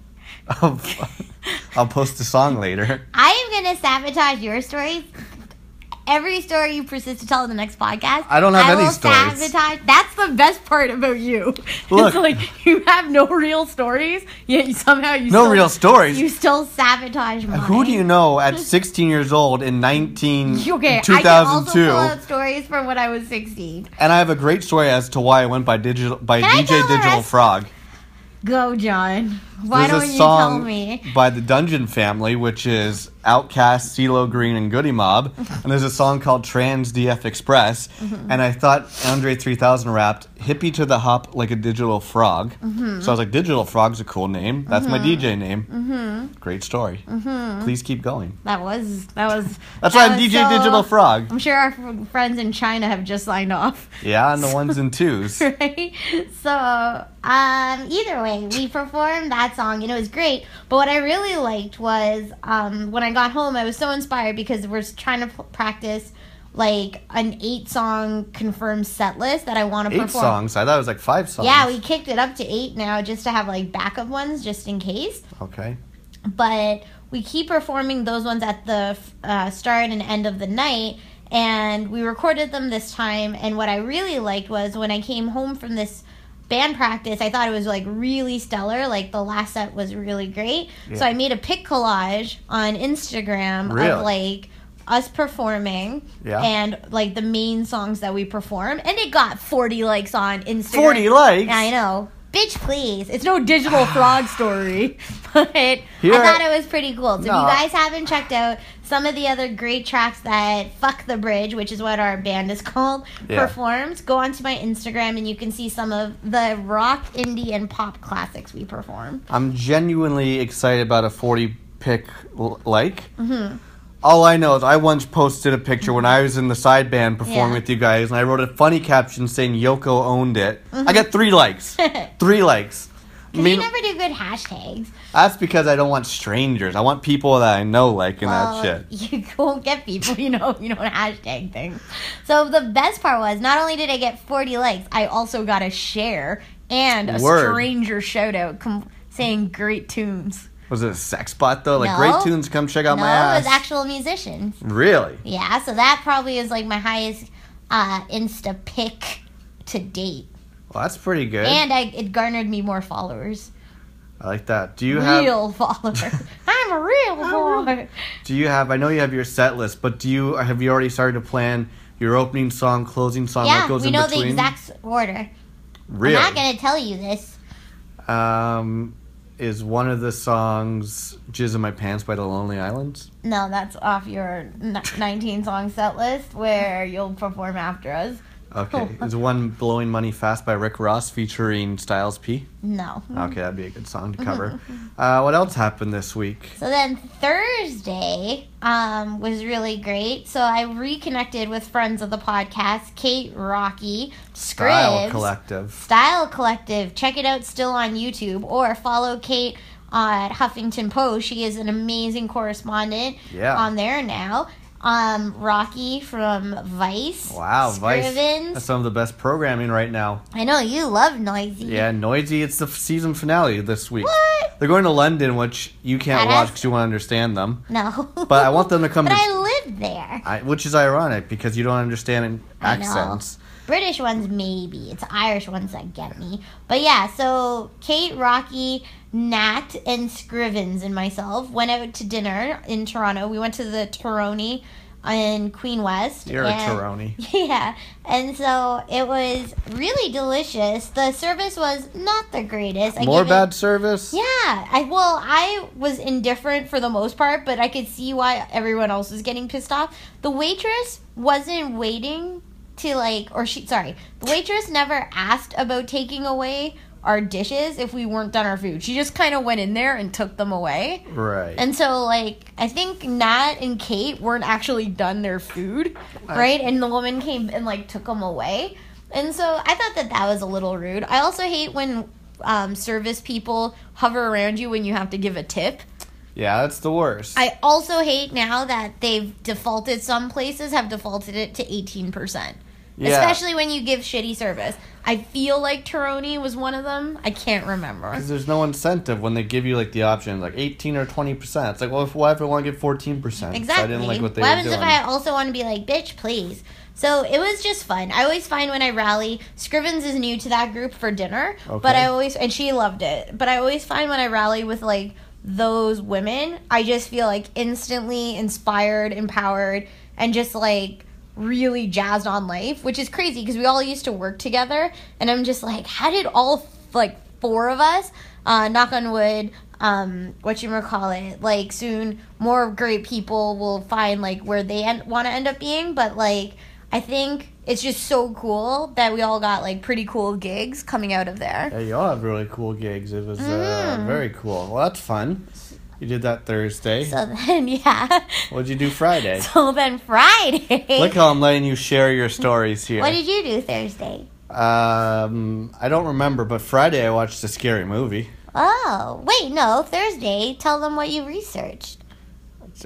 Oh. I'll, I'll post a song later. I am going to sabotage your stories. Every story you persist to tell in the next podcast. I don't have any will stories. Sabotage. That's the best part about you. Look. It's like you have no real stories, yet you- somehow you No still, real stories. You still sabotage mine. Who do you know at 16 years old in 19 Okay, I can also 2002? pull out stories from when I was 16. and I have a great story as to why I went by digital by Can I DJ tell the Digital rest? Frog. Go, John. Why There's don't a you tell song me? by the Dungeon Family, which is Outcast, CeeLo Green, and Goody Mob, and there's a song called Trans DF Express, Mm-hmm. and I thought Andre 3000 rapped "Hippie to the Hop like a Digital Frog," Mm-hmm. so I was like, "Digital Frog's a cool name. That's my DJ name. Mm-hmm. Great story. Please keep going. That was that was. That's that why I'm was DJ Uh, so- Digital Frog. I'm sure our f- friends in China have just signed off, Yeah, and the ones and twos. right? So, um, either way, we performed that song and it was great. But what I really liked was um, when I got home, I was so inspired because we're s- trying to p- practice like an eight song confirmed set list that I want to Eight perform. songs. I thought it was like five songs. Yeah, we kicked it up to eight now just to have like backup ones just in case. okay. but we keep performing those ones at the uh, start and end of the night and we recorded them this time and what i really liked was when i came home from this band practice i thought it was like really stellar like the last set was really great so i made a pic collage on instagram of Really? like us performing Yeah. and like the main songs that we perform and it got 40 likes on instagram 40 likes? i know bitch please it's no digital frog story but I Here- thought it was pretty cool. So if you No. guys haven't checked out some of the other great tracks that Fuck the Bridge, which is what our band is called, Yeah. performs, go onto my Instagram and you can see some of the rock, indie, and pop classics we perform. I'm genuinely excited about a 40 pick l- like. Mm-hmm. All I know is I once posted a picture when I was in the side band performing Yeah. with you guys, and I wrote a funny caption saying Yoko owned it. I got three likes. three likes. I We mean, Mm-hmm. never do good hashtags. that's because I don't want strangers. I want people that I know liking Well, that shit. Uh, You won't get people, you know, you don't hashtag things. So the best part was not only did I get 40 likes, I also got a share and a Word. stranger shout out com- saying great tunes. Was it a sex bot though? Like No. great tunes, come check out No, Oh my it ass. was actual musicians. really? Yeah, so that probably is like my highest uh, Insta pick to date, Well, that's pretty good. and I, it garnered me more followers, I like that. Do you have? real followers. I'm a real boy. Do you have? I know you have your set list, but do you have you already started to plan your opening song, closing song? Yeah, what goes we in know between? the exact s- order. Really? I'm not gonna tell you this. um, is one of the songs "Jizz in My Pants" by the Lonely Islands? No, that's off your n- 19 song set list where you'll perform after us. Oh, Okay. Is one "Blowing Money Fast" by Rick Ross featuring Styles P? No. Okay, that'd be a good song to Mm-hmm. cover. uh, what else happened this week? So then Thursday um, was really great. So I reconnected with friends of the podcast, Kate, Rocky, Style Scribs, Collective. Style Collective. Check it out still on YouTube or follow Kate uh, at Huffington Post. She is an amazing correspondent Yeah. on there now. Um, Rocky from Vice. Wow, Vice. Scrivens. That's some of the best programming right now. I know you love Noisy. Yeah, Noisy. It's the f- season finale this week. What? They're going to London, which you can't That watch has- because you won't understand them. No. But I want them to come But to- I live there. I, which is ironic because you don't understand I know. accents. British ones, maybe. It's Irish ones that get me. But yeah, so Kate, Rocky, Nat, and Scrivens and myself went out to dinner in Toronto. We went to the Toroni in Queen West. You're a and- Taroni. Yeah, and so it was really delicious. The service was not the greatest. I More gave it- bad service? yeah, I well, I was indifferent for the most part, but I could see why everyone else was getting pissed off. The waitress wasn't waiting to like, or she, sorry, the waitress never asked about taking away our dishes if we weren't done our food. She just kind of went in there and took them away. Right. And so, like, I think Nat and Kate weren't actually done their food, right? And the woman came and, like, took them away. And so I thought that that was a little rude. I also hate when um, service people hover around you when you have to give a tip. yeah, that's the worst. I also hate now that they've defaulted, some places have defaulted it to 18%. yeah. Especially when you give shitty service. I feel like Taroni was one of them. I can't remember. 'Cause there's no incentive when they give you like the option, like 18 or 20 percent. It's like, well, if, why if I want to get 14 percent? Exactly. I didn't like what they what were happens doing. if I also want to be like, bitch, please? So it was just fun. I always find when I rally, Scrivens is new to that group for dinner, but Okay. I always and she loved it. But I always find when I rally with like those women, I just feel like instantly inspired, empowered, and just like really jazzed on life, which is crazy because we all used to work together, and I'm just like, how did all like four of us, uh, knock on wood, um, what you call it, like soon more great people will find like where they end- want to end up being, but like I think it's just so cool that we all got like pretty cool gigs coming out of there. yeah, you all have really cool gigs. It was uh, Mm. very cool. Well, that's fun. You did that Thursday. So then, yeah. What'd you do Friday? So then Friday. Look how I'm letting you share your stories here. what did you do Thursday? um, I don't remember, but Friday I watched a scary movie. Oh, wait, no, Thursday. Tell them what you researched.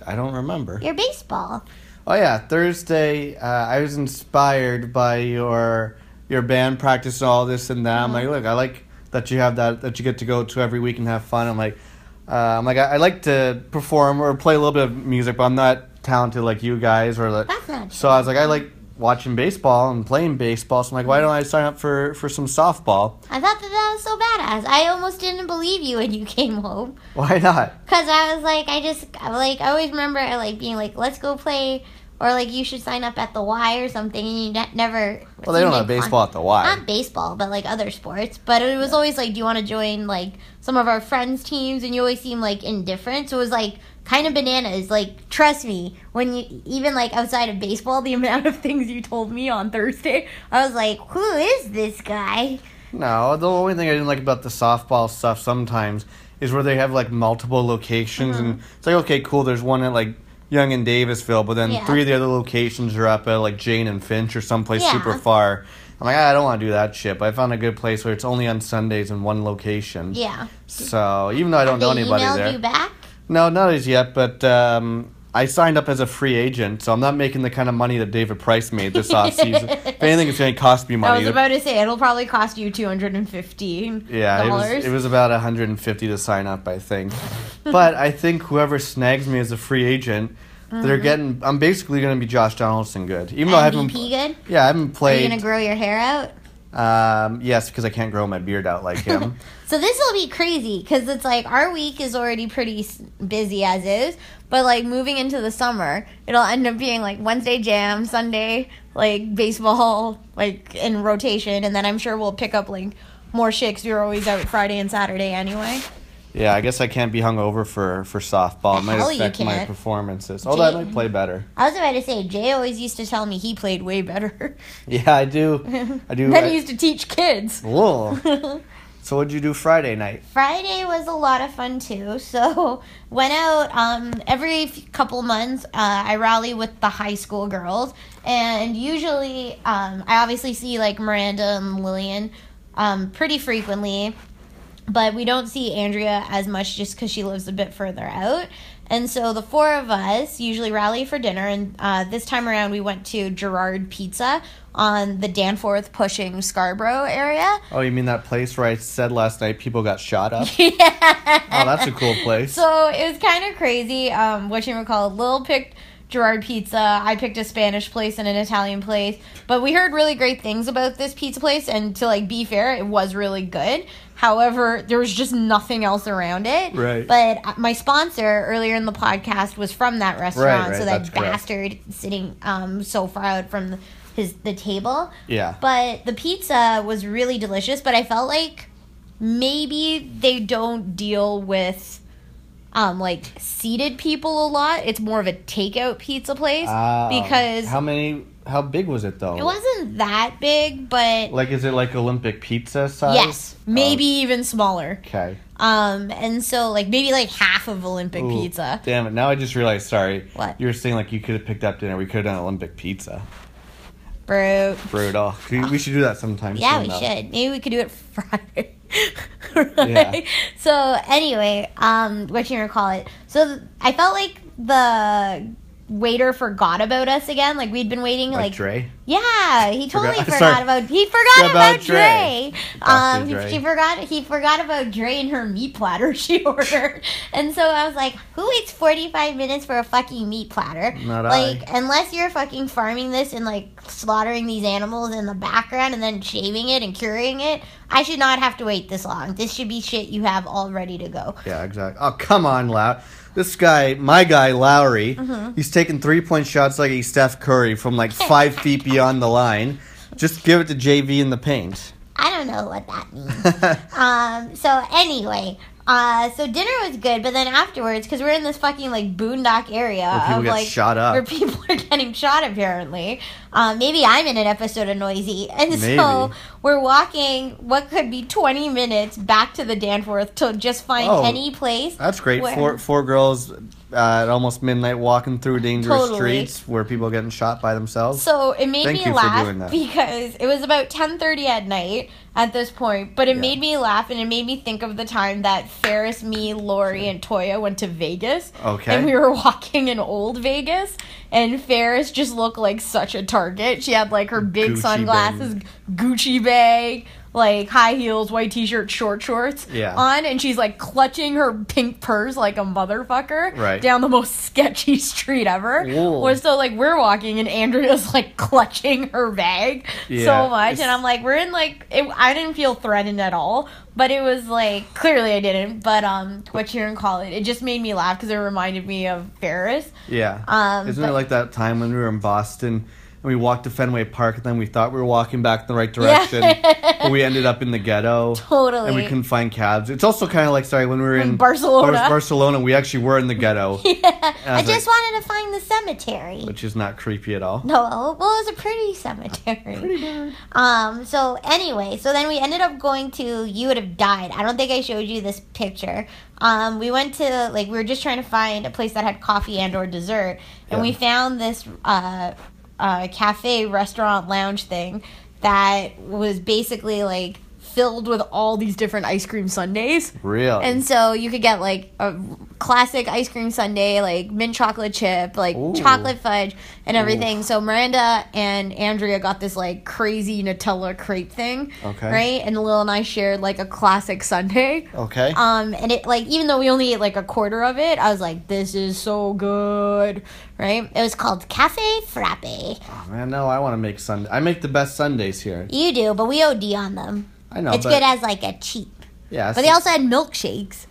I don't remember. Your baseball. Oh yeah, Thursday. Uh, I was inspired by your your band practice and all this and that. I'm like, Uh-huh. look, I like that you have that that you get to go to every week and have fun. I'm like, uh, I'm like, I, I like to perform or play a little bit of music, but I'm not talented like you guys or like. That's not So I was like, I like watching baseball and playing baseball. So I'm like, why don't I sign up for for some softball? I thought that that was so badass. I almost didn't believe you when you came home. Why not? Cause I was like, I just like I always remember like being like, let's go play, or like you should sign up at the Y or something, and you ne- never. Well, they don't have baseball at the Y. Not baseball, but like other sports. But it was always like, do you want to join like some of our friends' teams? And you always seem like indifferent. So it was like kind of bananas. Like trust me, when you even like outside of baseball, the amount of things you told me on Thursday, I was like, who is this guy? No, the only thing I didn't like about the softball stuff sometimes is where they have like multiple locations, Uh-huh. and it's like okay, cool. There's one at like Young and Davisville, but then Yeah. three of the other locations are up at like Jane and Finch or someplace Yeah. super far. I'm like, "Ah, I don't want to do that shit. But I found a good place where it's only on Sundays in one location. Yeah. So even though I don't know they anybody emailed there, you back. no, not as yet, but um, I signed up as a free agent, so I'm not making the kind of money that David Price made this offseason. if anything, it's going to cost me money. I was about to say it'll probably cost you two hundred and fifteen. yeah, it was, it was about 150 to sign up, I think. but I think whoever snags me as a free agent, they're Mm-hmm. getting. I'm basically going to be Josh Donaldson good, even though I haven't. MVP good. Yeah, I haven't Are you gonna played. grow your hair out? Um, yes, because I can't grow my beard out like him. So this will be crazy because it's like our week is already pretty s- busy as is, but like moving into the summer, it'll end up being like Wednesday jam, Sunday like baseball like in rotation, and then I'm sure we'll pick up like more shit 'cause we were always out Friday and Saturday anyway. yeah, I guess I can't be hungover for for softball. It might Hell, you affect my can't. performances. Although I Jay- might play better. I was about to say Jay always used to tell me he played way better. Yeah, I do. I do. then I- he used to teach kids. Whoa. so what'd you do Friday night? Friday was a lot of fun too. So went out um, every f- couple months. Uh, I rally with the high school girls, and usually um, I obviously see like Miranda and Lillian um, pretty frequently, but we don't see Andrea as much just because she lives a bit further out. And so the four of us usually rally for dinner, and uh, this time around we went to Gerard Pizza on the Danforth pushing Scarborough area. Oh, you mean that place where I said last night people got shot up? yeah. Oh, that's a cool place. So it was kind of crazy. Um, what you recall, Lil picked Gerard Pizza. I picked a Spanish place and an Italian place, but we heard really great things about this pizza place. And to like be fair, it was really good. However, there was just nothing else around it. Right. But uh, my sponsor earlier in the podcast was from that restaurant, right, so that's that correct. bastard sitting um, so far out from the, his the table. Yeah. But the pizza was really delicious, but I felt like maybe they don't deal with um like seated people a lot. It's more of a takeout pizza place Ah, because how many? How big was it though? it wasn't that big, but Like, is it like Olympic pizza size? yes, maybe even smaller. Oh, okay. Um and so like maybe like half of Olympic Ooh, pizza. Damn it! Now I just realized. Sorry. What? You were saying like you could have picked up dinner. We could have done Olympic pizza. Bro. Brutal. We, we should do that sometime. Yeah, soon, we though. should. Maybe we could do it Friday. Right? So anyway, um, what you gonna call it? So th- I felt like the waiter forgot about us again. Like we'd been waiting. Like, Like, Dre. yeah, he totally Forgot- forgot sorry. about. He forgot about, Dre. Um, Dr. Dre. she forgot. He forgot about Dre and her meat platter she ordered. and so I was like, who waits forty five minutes for a fucking meat platter? Not like I. unless you're fucking farming this and like slaughtering these animals in the background and then shaving it and curing it, I should not have to wait this long. This should be shit you have all ready to go. Yeah, exactly. Oh, come on, Lau. This guy, my guy, Lowry, Mm-hmm. he's taking three point shots like he's Steph Curry from like five feet beyond the line. Just give it to JV in the paint. I don't know what that means. um, so anyway, uh, so dinner was good, but then afterwards, because we're in this fucking like boondock area Where people of get like shot up. where people are getting shot. Apparently, um, maybe I'm in an episode of Noisy, and so Maybe. we're walking what could be 20 minutes back to the Danforth to just find Oh, any place. That's great. where- Four four girls uh, at almost midnight walking through dangerous Totally. streets where people are getting shot by themselves. So it made Thank you me for laugh doing that. because it was about ten thirty at night at this point, but it Yeah. made me laugh and it made me think of the time that Ferris, me, Lori, and Toya went to Vegas. Okay. And we were walking in old Vegas, and Ferris just looked like such a target. She had like her big Gucci sunglasses, Gucci bag. Like high heels, white t shirt, short shorts Yeah. on, and she's like clutching her pink purse like a motherfucker Right. down the most sketchy street ever. Whoa. Where so like we're walking and Andrea's like clutching her bag Yeah, so much, it's- and I'm like, we're in like it, I didn't feel threatened at all, but it was like clearly I didn't. But um, what you gonna call it? It just made me laugh because it reminded me of Ferris. yeah. Um, Isn't it but- like that time when we were in Boston and we walked to Fenway Park and then we thought we were walking back in the right direction, but we ended up in the ghetto. Totally. And we couldn't find cabs. It's also kind of like, sorry, when we were in Barcelona. Bar- Barcelona, we actually were in the ghetto, I, was like- just wanted to find the cemetery. which is not creepy at all. No, well, it was a pretty cemetery. Pretty bad. Um. So anyway, so then we ended up going to. You would have died. I don't think I showed you this picture. Um. We went to like we were just trying to find a place that had coffee and or dessert, and Yeah. we found this uh, uh, cafe restaurant lounge thing that was basically like filled with all these different ice cream sundaes. Real. And so you could get like a classic ice cream sundae, like mint chocolate chip, like Ooh. chocolate fudge, and everything. So Miranda and Andrea got this like crazy Nutella crepe thing, Okay. right? And Lil and I shared like a classic sundae. okay. Um, and it like even though we only ate like a quarter of it, I was like, this is so good, right? It was called Cafe Frappe. Man, no, I want to make Sunday. I make the best Sundays here. You do, but we OD on them. I know, it's but good as like a cheap. yeah, But they also had milkshakes.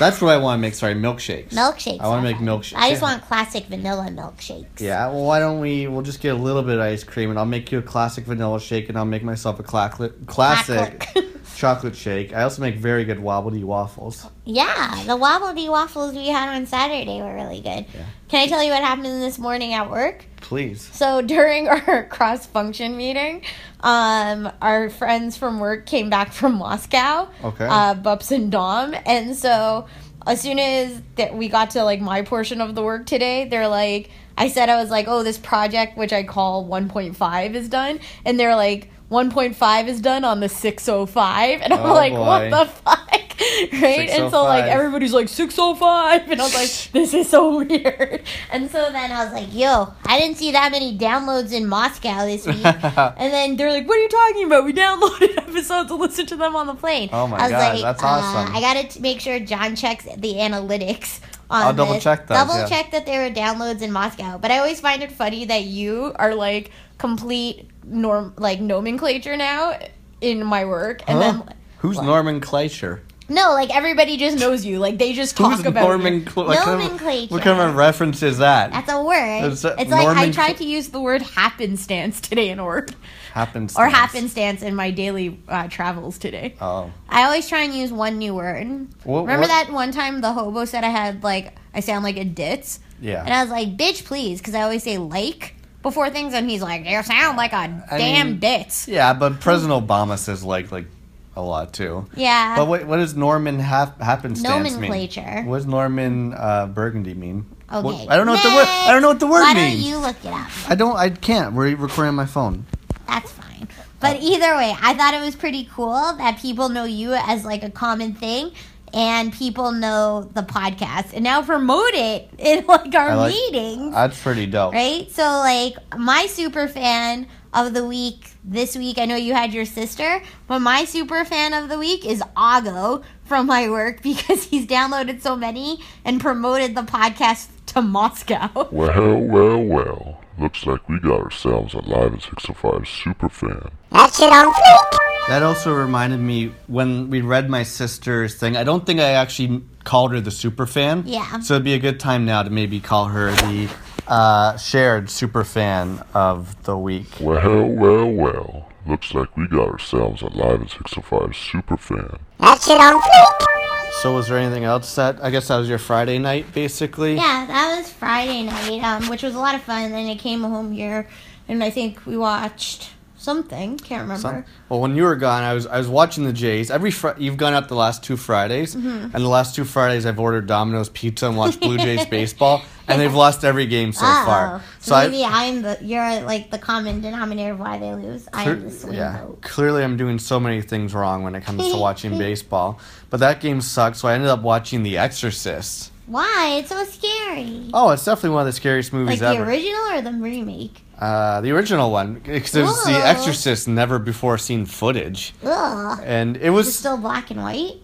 that's what I want to make. Sorry, milkshakes. Milkshakes. I want to are make fun. milkshakes. I just want classic vanilla milkshakes. Yeah, well, why don't we? We'll just get a little bit of ice cream, and I'll make you a classic vanilla shake, and I'll make myself a clacli- classic chocolate shake. I also make very good wobbledy waffles. Yeah, the wobbledy waffles we had on Saturday were really good. Can I tell you what happened this morning at work? Please. So during our cross function meeting, um, our friends from work came back from Moscow. Okay. Uh, Bups and Dom, and so as soon as that we got to like my portion of the work today, they're like, I said I was like, oh, this project which I call 1.5 is done, and they're like. 1.5 is done on the 605 and i'm Oh, like boy. what the fuck right and so like 605. everybody's like 605 and i was like this is so weird And so then I was like, like, yo, I didn't see that many downloads in Moscow this week. and then they're like, what are you talking about? We downloaded episodes to listen to them on the plane. Oh my I was God, like, that's uh, awesome. I got to make sure John checks the analytics on I'll double this. check those, Double yeah. check that there were downloads in Moscow. But I always find it funny that you are like complete norm like nomenclature now in my work, and Huh? then Who's Norman Kleischer? no, like everybody just knows you. Like they just talk Who's about Norman you. Kle- like, what kind of- nomenclature. What kind of reference is that? That's a word. Is that it's like I Norman- tried to use the word happenstance today in org happens. or happenstance in my daily uh, travels today. Oh, I always try and use one new word. What- what- Remember that one time the hobo said I had like I sound like a ditz, and yeah. I was like, "Bitch, please," because I always say "like" before things, and he's like, "You sound like a I damn mean- ditz." Yeah, but President Obama says like like a lot too. Yeah, But wait, what does Norman hap- happenstance Nomenclature. mean? What does Norman uh, Burgundy mean? Okay. What- I don't know what the word. I don't know what the word Why don't means. you look it up? I don't. I can't. We're recording on my phone. That's fine. But either way, I thought it was pretty cool that people know you as like a common thing and people know the podcast and now promote it in like I our like- meetings. That's pretty dope. right? So like my super fan of the week this week, I know you had your sister, but my super fan of the week is Ago from my work because he's downloaded so many and promoted the podcast to Moscow. Well, well, well. Looks like we got ourselves a Live at 605 superfan. That shit on fleek. That also reminded me when we read my sister's thing. I don't think I actually called her the super fan. Yeah. So it'd be a good time now to maybe call her the uh, shared super fan of the week. Well, well, well. Looks like we got ourselves a Live at 605 superfan. That shit on fleek. So was there anything else that I guess that was your Friday night basically? Yeah, that was Friday night, um, which was a lot of fun. Then I came home here, and I think we watched something. Can't remember. Some- well, when you were gone, I was I was watching the Jays. Every fr- you've gone out the last two Fridays, Mm-hmm. and the last two Fridays I've ordered Domino's pizza and watched Blue Jays baseball, and they've lost every game so oh, far. so, maybe I, am the you're like the common denominator of why they lose. I am the swing yeah, vote. clearly I'm doing so many things wrong when it comes to watching baseball. But that game sucked, so I ended up watching The Exorcist. Why? It's so scary. Oh, it's definitely one of the scariest movies like the ever. original or the remake? uh, the original one, because it was The Whoa. Exorcist never before seen footage, Ugh. and it It's was still black and white.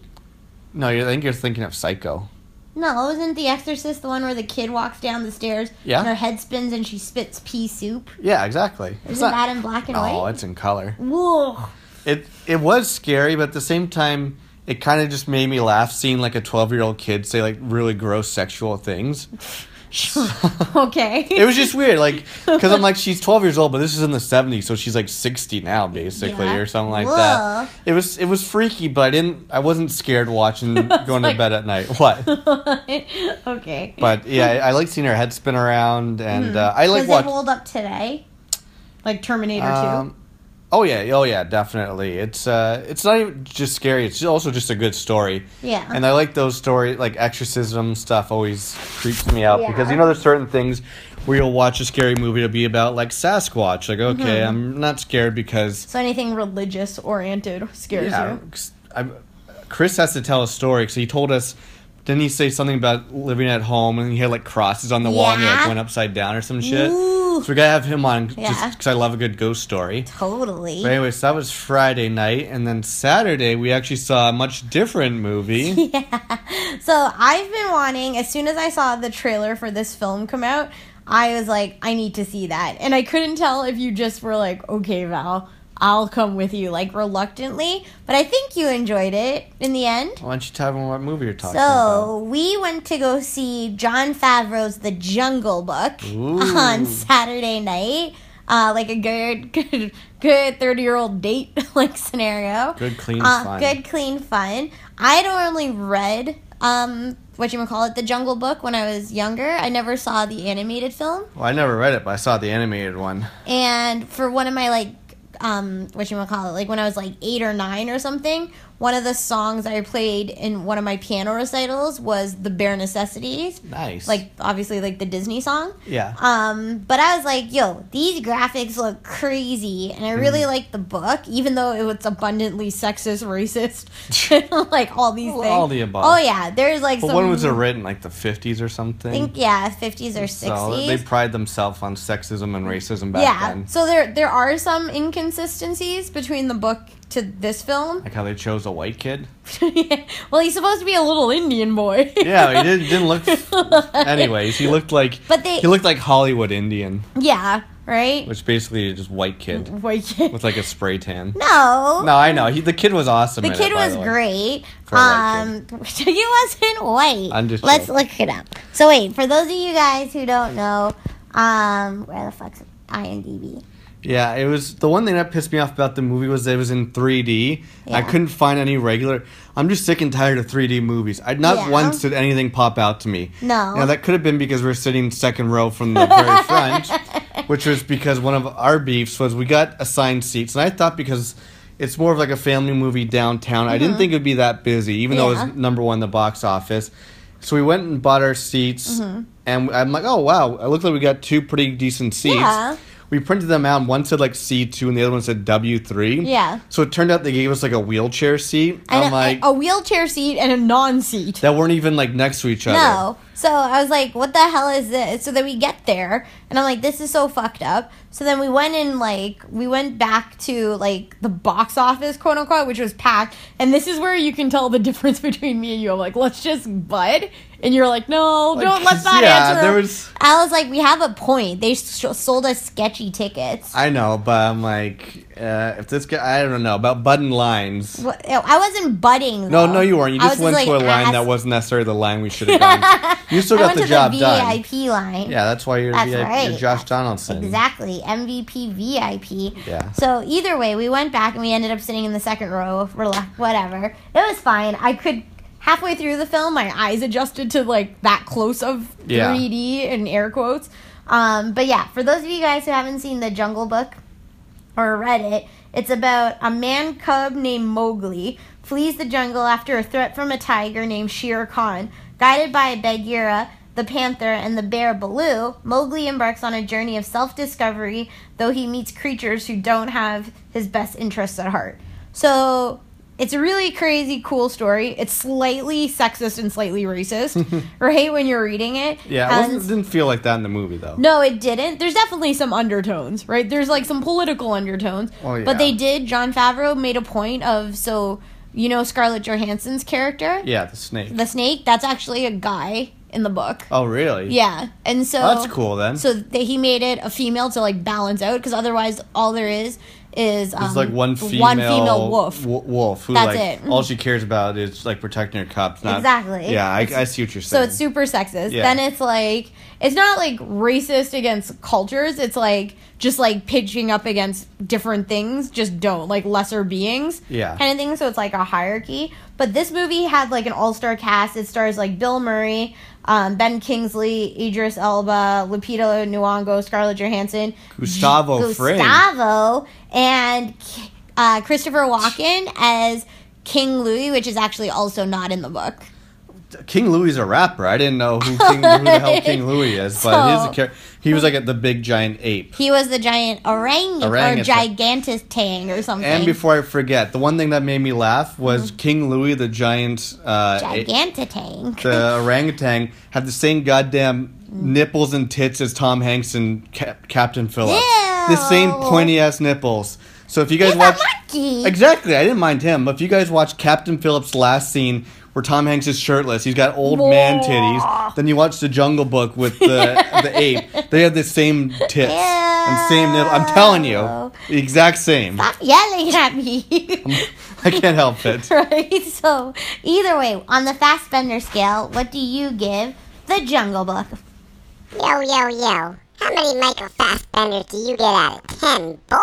no. you- I think you're thinking of Psycho. No, isn't The Exorcist the one where the kid walks down the stairs Yeah. and her head spins and she spits pea soup? Yeah, exactly. It's Isn't not- Oh, that in black and No, white? it's in color. Whoa. It it was scary, but at the same time, it kind of just made me laugh seeing like a twelve year old kid say like really gross sexual things. Okay. It was just weird, like because I'm like she's twelve years old, but this is in the '70s, so she's like sixty now, basically, Yeah. or something like Whoa. that. It was it was freaky, but I didn't I wasn't scared watching going to bed at night. What? okay. But yeah, I, I like seeing her head spin around, and uh, I like Hmm. Does it watching. hold up today? Like Terminator Um, oh yeah, oh yeah, definitely. It's uh, it's not even just scary. It's also just a good story. 2? Yeah. And I like those story like exorcism stuff always creeps me out because Yeah. you know there's certain things where you'll watch a scary movie it'll be about like Sasquatch. Like okay, Mm-hmm. I'm not scared because so anything religious oriented scares yeah, you? I'm, Chris has to tell a story because he told us. Didn't he say something about living at home and he had like crosses on the wall and he like Yeah. went upside down or some shit? Ooh. So we gotta have him on just 'cause Yeah. because I love a good ghost story. Totally. But anyways, that was Friday night, and then Saturday we actually saw a much different movie. So I've been wanting, as soon as I saw the trailer for this film come out, I was like, I need to see that. And I couldn't tell if you just were like, okay, Val, I'll come with you, like reluctantly. But I think you enjoyed it in the end. Why don't you tell them what movie you're talking So we went to go see John Favreau's The Jungle Book on Saturday night, uh, like a good, good, good thirty-year-old date like scenario. Good, clean fun. Uh, Good, clean fun. I normally read um, what you would call it, The Jungle Book, when I was younger. I never saw the animated film, Well, I never read it, but I saw the animated one. and for one of my like. Um, what you call it? Like when I was like eight or nine or something, one of the songs I played in one of my piano recitals was "The Bare Necessities," Nice. like obviously like the Disney song. yeah. Um, but I was like, yo, these graphics look crazy, and I Mm. really like the book, even though it was abundantly sexist, racist, like all these Well, things. all the above. Oh yeah, there's like but some. when was it written? Like the 50s or something? I think yeah, fifties or so sixties. they pride themselves on sexism and racism back yeah, then. so there there are some inconsistencies between the book to this film. Like how they chose a a white kid? well, he's supposed to be a little Indian boy. Yeah, he didn't, didn't look. Anyways, he looked like But they- he looked like Hollywood Indian, yeah, right? which basically is just white kid White kid. with like a spray tan. No. No, I know he, the kid was awesome. The in it, kid by was the way. great. For a white Um, he wasn't white. I'm just Let's joking. look it up. So wait, for those of you guys who don't know, um, where the fuck's IMDb? Yeah, it was the one thing that pissed me off about the movie was that it was in 3D. I Yeah. couldn't find any regular. I'm just sick and tired of 3D movies. I not Yeah. once did anything pop out to me. No. Now that could have been because we are sitting second row from the very front, which was because one of our beefs was we got assigned seats, and I thought because it's more of like a family movie downtown. I didn't think it'd be that busy, even though it Mm-hmm. Yeah. was number one in the box office. So we went and bought our seats, Mm-hmm. and I'm like, oh wow, it looked like we got two pretty decent seats. Yeah. We printed them out, and one said like C2 and the other one said W3. Yeah. So it turned out they gave us like a wheelchair seat. And I'm a- like, a wheelchair seat and a non-seat. that weren't even like next to each other. No. So I was like, what the hell is this? So then we get there and I'm like, this is so fucked up. So then we went in like we went back to like the box office, quote unquote, which was packed. And this is where you can tell the difference between me and you. I'm like, let's just bud. And you're like, no, don't let's not yeah, answer. there them." was- I was like, we have a point. They sh- sold us sketchy tickets. I know, but I'm like, uh, if this guy, I don't know about button lines. What- I wasn't budding. No, though. no, you weren't. You I just was went to a line ass- that wasn't necessarily the line we should have gone. you still I got went the to job the done. VIP line. Yeah, that's why you're, That's VIP, right. you're Josh Donaldson. Exactly. MVP VIP. Yeah. So either way, we went back and we ended up sitting in the second row. We're left, whatever. It was fine. I could halfway through the film, my eyes adjusted to like that close of Yeah. 3D and air quotes. Um, but yeah, for those of you guys who haven't seen the Jungle Book or read it, it's about a man cub named Mowgli flees the jungle after a threat from a tiger named Shere Khan. Guided by Bagheera, the panther, and the bear Baloo, Mowgli embarks on a journey of self discovery, though he meets creatures who don't have his best interests at heart. So it's a really crazy, cool story. It's slightly sexist and slightly racist, right? When you're reading it. Yeah, it, And- wasn't, it didn't feel like that in the movie though. no, it didn't. There's definitely some undertones, right? There's like some political undertones. Oh, yeah. But they did. John Favreau made a point of so you know Scarlett Johansson's character, Yeah, the snake. the snake. That's actually a guy in the book. oh, really? Yeah, and so Oh, that's cool then. So they, he made it a female to like balance out because otherwise all there is is um, There's like one female, one female wolf. wo- wolf who That's like it. all she cares about is like protecting her cubs. Not, Exactly. Yeah, I, I see what you're saying. So it's super sexist. Yeah. Then it's like it's not like racist against cultures. It's like just like pitching up against different things. Just don't like lesser beings. Yeah. Kind of thing. So it's like a hierarchy. But this movie had like an all star cast. It stars like Bill Murray, um, Ben Kingsley, Idris Elba, Lupita Nyong'o, Scarlett Johansson, Gustavo Fring. Gustavo, and uh, Christopher Walken as King Louis, which is actually also not in the book. King Louis is a rapper. I didn't know who, King, who the hell King Louis is, but he's So- a char- he was like the big giant ape. He was the giant orang or Orangutan. gigantistang or something. And before I forget, the one thing that made me laugh was Mm-hmm. King Louis, the giant, uh, ape- gigantitang. the orangutan, had the same goddamn Mm. nipples and tits as Tom Hanks and Cap- Captain Phillips. The same Ew. pointy ass nipples. So if you guys He's watch, a monkey. exactly, I didn't mind him. But if you guys watch Captain Phillips' last scene where Tom Hanks is shirtless, he's got old man titties. Then you watch The Jungle Book with the the ape. They have the same tits and same nipple. I'm telling you, the exact same. Stop yelling at me. I can't help it. Uh, right? So either way, on the Fastbender scale, what do you give the Jungle Book? Yo, yo, yo. How many Michael Fassbenders do you get out of 10, boy?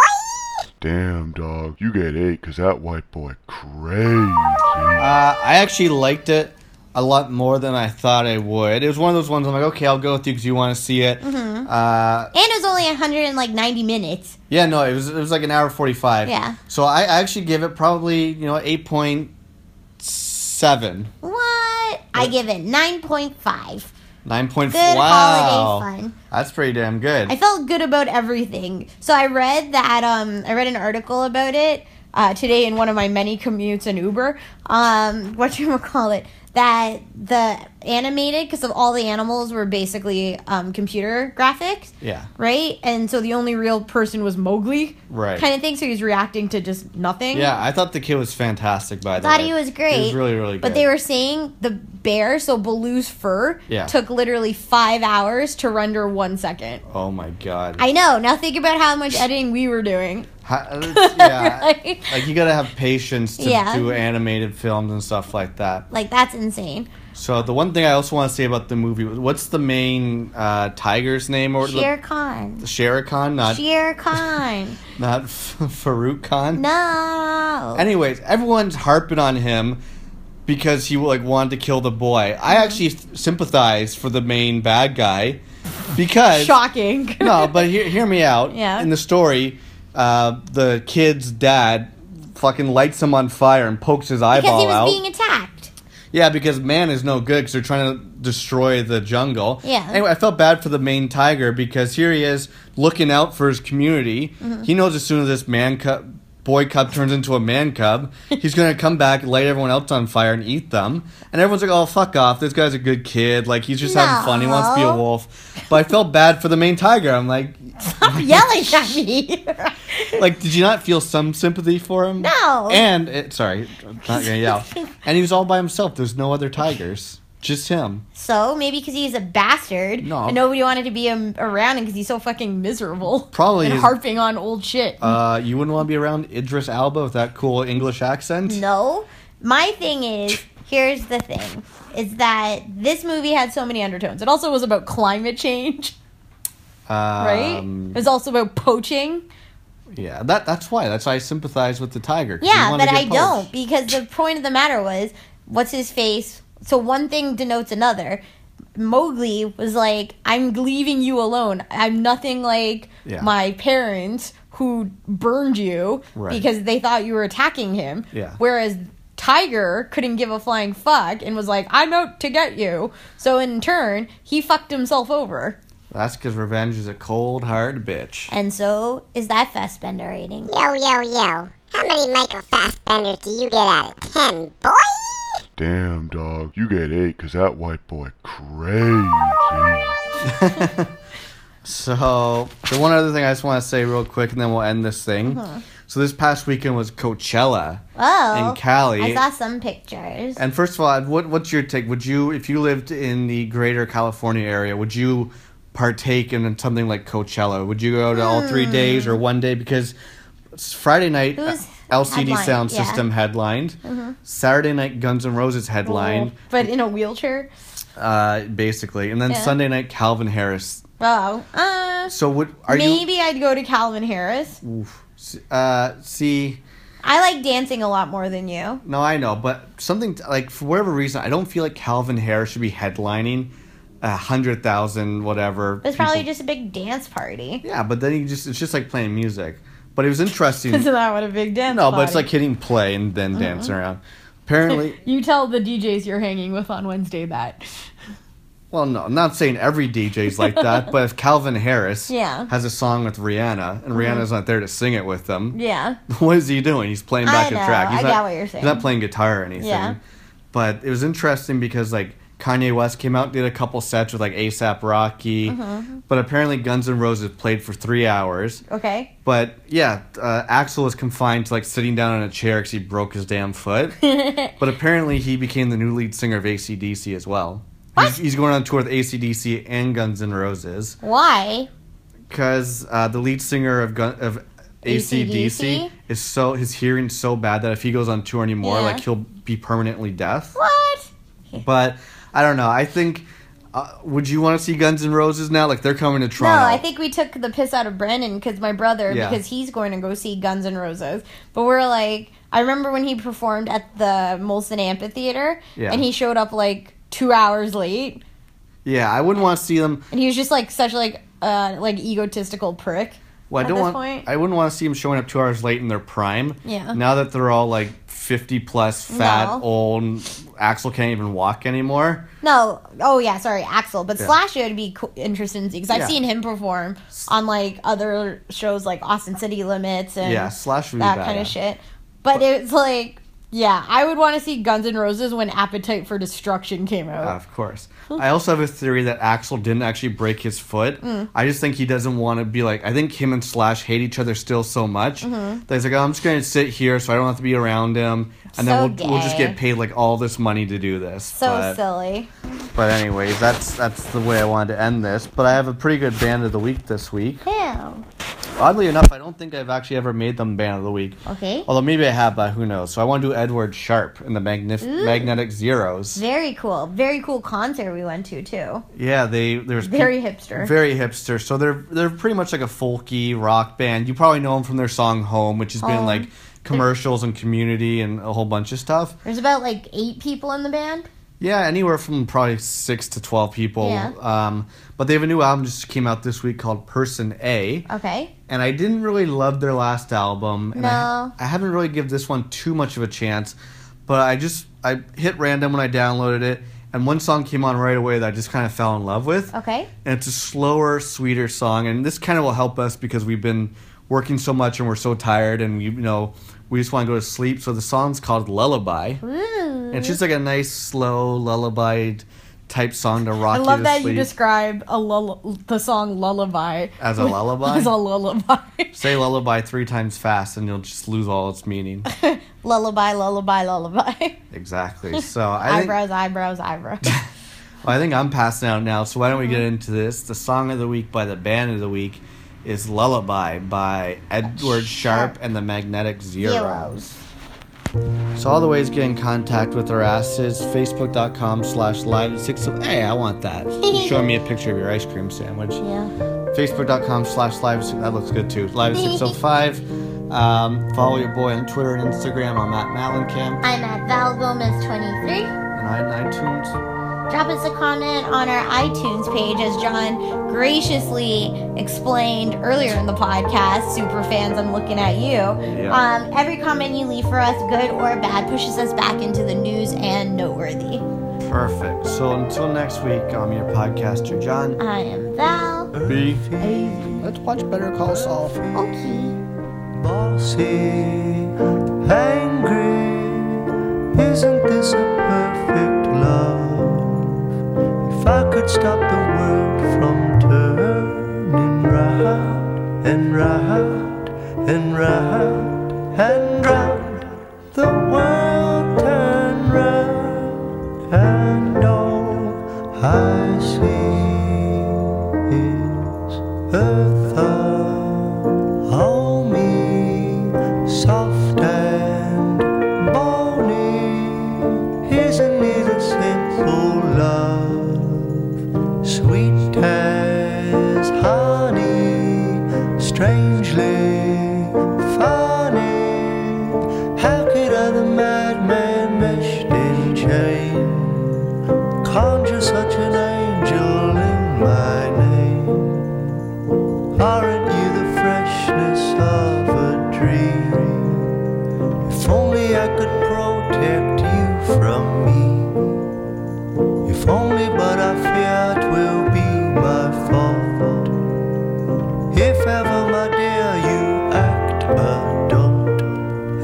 Damn, dog. You get eight 'cause that white boy crazy. Uh, I actually liked it a lot more than I thought I would. It was one of those ones I'm like, okay, I'll go with you because you want to see it. Uh, And it was only 190 minutes. yeah, no, it was it was like an hour forty five. Yeah. So I I actually give it probably you know eight point seven. What? I give it 9.5. Nine point Good wow. holiday fun. That's pretty damn good. I felt good about everything. So I read that um I read an article about it uh, today in one of my many commutes in Uber. Um what you call it? that the animated because of all the animals were basically um, computer graphics. Yeah. Right, and so the only real person was Mowgli. Right. Kind of thing. So he was reacting to just nothing. Yeah, I thought the kid was fantastic. By the Thought way, he was great. He was really, really good. But they were saying the bear, so Baloo's fur, Yeah. took literally five hours to render one second. Oh my god. I know. Now think about how much editing we were doing. How- uh, yeah. Right? Like you gotta have patience to Yeah. do animated films and stuff like that. Like that's insane. So the one thing I also want to say about the movie, what's the main uh, tiger's name or Shere Khan. the Shere Khan, not Shere Khan. not Farouk Khan. No. Anyways, everyone's harping on him because he like wanted to kill the boy. I actually sympathize for the main bad guy because Shocking. no, but hear, hear me out. Yeah. In the story, uh, the kid's dad fucking lights him on fire and pokes his eyeball because he was out. being attacked. yeah, because man is no good because they're trying to destroy the jungle. Yeah. Anyway, I felt bad for the main tiger because here he is looking out for his community. Mm-hmm. He knows as soon as this man cub, boy cub turns into a man cub, he's gonna come back, light everyone else on fire, and eat them. And everyone's like, "Oh, fuck off! This guy's a good kid. Like he's just having fun. He wants to be a No. wolf." But I felt bad for the main tiger. I'm like, Stop yelling at me. like, did you not feel some sympathy for him? No. And it, sorry, I'm not gonna yell. and he was all by himself. There's no other tigers, just him. so maybe because he's a bastard No. and nobody wanted to be um, around him because he's so fucking miserable. Probably and his- harping on old shit. Uh, you wouldn't want to be around Idris Alba with that cool English accent. No. My thing is, here's the thing, is that this movie had so many undertones. It also was about climate change, right? Um, it was also about poaching. Yeah, that that's why. That's why I sympathize with the tiger. 'cause you Yeah, wanna but get I poached. don't because the point of the matter was, what's his face? So one thing denotes another. Mowgli was like, "I'm leaving you alone. I'm nothing like Yeah. my parents who burned you Right. because they thought you were attacking him." Yeah. Whereas Tiger couldn't give a flying fuck and was like, "I'm out to get you." So in turn, he fucked himself over, That's because revenge is a cold, hard bitch. and so is that Festbender rating. Yo, yo, yo. How many Michael Fassbenders do you get out of 10, boy? Damn, dog. You get eight because that white boy crazy. So the one other thing I just want to say real quick, and then we'll end this thing. So this past weekend was Coachella Uh-huh. Oh, in Cali. I saw some pictures. And first of all, what what's your take? Would you, if you lived in the greater California area, would you partake in something like Coachella? Would you go to all three Hmm. days or one day? Because s- Friday night, uh, Who's LCD headlined? Sound Yeah. Mm-hmm. System headlined. Saturday night, Guns N' Roses headlined, but in a wheelchair. uh, basically, and then Yeah. Sunday night, Calvin Harris. Oh, uh, So would are maybe I'd go to Calvin Harris. you? Oof. S- Uh, see, I like dancing a lot more than you. no, I know, but something t- like for whatever reason, I don't feel like Calvin Harris should be headlining a hundred thousand whatever. It's probably people. just a big dance party. Yeah, but then you just it's just like playing music. But it was interesting. Isn't that what a big dance? Hmm. no, but it's like party? hitting play and then Uh-huh. dancing around. Apparently, You tell the DJs you're hanging with on Wednesday that. well, no, I'm not saying every DJ's like that, but if Calvin Harris Yeah. Uh-huh. has a song with Rihanna and Rihanna's not there to sing it with them, yeah, what is he doing? He's playing I back a know, track. He's I not, get what you're He's not saying. playing guitar or anything. Yeah. But it was interesting because like Kanye West came out, did a couple sets with like ASAP Rocky, Uh-huh. but apparently Guns N' Roses played for three hours. okay. But yeah, uh, Axel was confined to like sitting down in a chair because he broke his damn foot. but apparently, he became the new lead singer of ACDC as well. He's, he's going on tour with ACDC and Guns N' Roses Why? because uh, the lead singer of Gun- of ACDC AC/DC? is so his hearing's so bad that if he goes on tour anymore, Yeah. like he'll be permanently deaf. What? But I don't know. I think. Uh, would you want to see Guns N' Roses now? Like they're coming to No, Toronto. I think we took the piss out of Brendan because my brother, Yeah. because he's going to go see Guns N' Roses. But we're like, I remember when he performed at the Molson Amphitheater, Yeah. and he showed up like two hours late, Yeah, I wouldn't want to see them. and he was just like such like uh like egotistical prick. Well, I at don't this want. point? I wouldn't want to see them showing up two hours late in their prime. Yeah. Now that they're all like fifty plus, fat, No. old, Axel can't even walk anymore. No, oh yeah, sorry, Axel. But Yeah. Slash would be co- interesting to see because I've Yeah. seen him perform on like other shows like Austin City Limits and Yeah, Slash would be that bad, kind yeah. of shit. But, it's like Yeah, I would want to see Guns N' Roses when Appetite for Destruction came out. Of course. I also have a theory that Axel didn't actually break his foot. Mm. I just think he doesn't want to be like. I think him and Slash hate each other still so much Mm-hmm. that he's like, oh, I'm just gonna sit here so I don't have to be around him, and So then we'll, we'll just gay. get paid like all this money to do this. So but, silly. But anyways, that's that's the way I wanted to end this. But I have a pretty good band of the week this week. Ew. Oddly enough, I don't think I've actually ever made them band of the week. Okay. Although maybe I have, but who knows? So I want to do Edward Sharp and the Magnif- Mm. Magnetic Zeros. Very cool. Very cool concert we went to too. Yeah, they there's pe- Very hipster. Very hipster. So they're they're pretty much like a folky rock band. You probably know them from their song "Home," which has been Home. like commercials and community and a whole bunch of stuff. There's about like eight people in the band. Yeah, anywhere from probably six to twelve people. Yeah. Um, but they have a new album just came out this week called Person A, Okay. and I didn't really love their last album. And No. I, I haven't really give this one too much of a chance, but I just I hit random when I downloaded it, and one song came on right away that I just kind of fell in love with. Okay. and it's a slower, sweeter song. And this kind of will help us because we've been working so much and we're so tired, and we, you know we just want to go to sleep. So the song's called Lullaby, and it's just like a nice, slow lullaby type song to rock I love you to that sleep you describe a lull- the song Lullaby as a lullaby. as a lullaby. Say lullaby three times fast, and you'll just lose all its meaning. Lullaby, lullaby, lullaby. exactly. So I think, eyebrows, eyebrows, eyebrows. I think I'm passing out now. So why don't we get into this? The song of the week by the band of the week. Is Lullaby by Edward Sharp and the Magnetic Zeros. So all the ways to get in contact with our ass is facebook.com slash live at six of Hey, I want that. You're showing me a picture of your ice cream sandwich. Yeah. Facebook.com slash live at six that looks good too. Live at six oh five. Um, follow your boy on Twitter and Instagram. I'm at Malincamp I'm at Val Gomez 23. and I on iTunes. Drop us a comment on our iTunes page, as John graciously explained earlier in the podcast. Super fans, I'm looking at you. Um, every comment you leave for us, good or bad, pushes us back into the news and noteworthy. Perfect. So until next week, I'm your podcaster, John. I am Val. Let's watch Better Call Saul. Okay. bossy, angry. Isn't this a perfect love? If I could stop the world from turning round and round and round and round, the world turn round, and all I see is a thought. Oh me, soft and bony, isn't it a sinful love? Sweet as honey, strangely funny. How could other madman meshed in chain conjure such an angel in my name? Aren't you the freshness of a dream? If only I could protect you from me. If only, but I fear it will be my fault. If ever, my dear, you act adult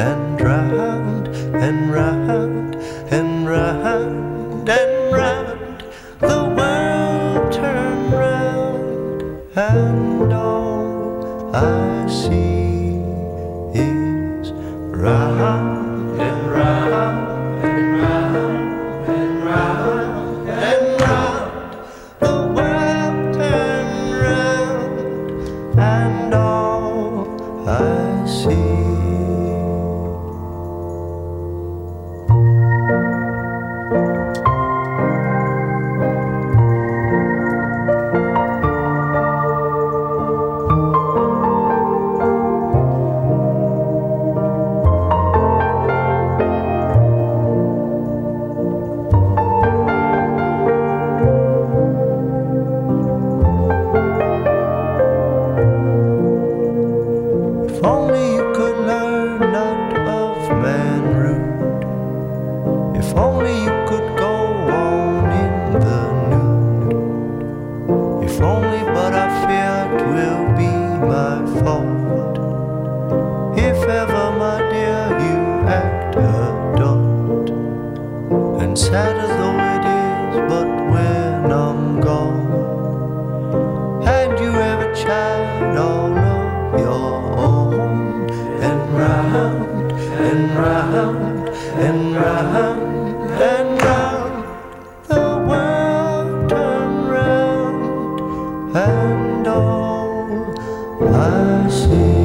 and round and round and round and round, the world turn round and all I see is round and round and round and round and round. The world turn round, and all I see. If only you could learn not of man rude. If only you could go on in the nude. If only, but I fear it will be my fault. If ever, my dear, you act adult sad as though it is, but when I'm gone, and you have a child all of your own, and round and round and round and round, the world turn round, and all I see.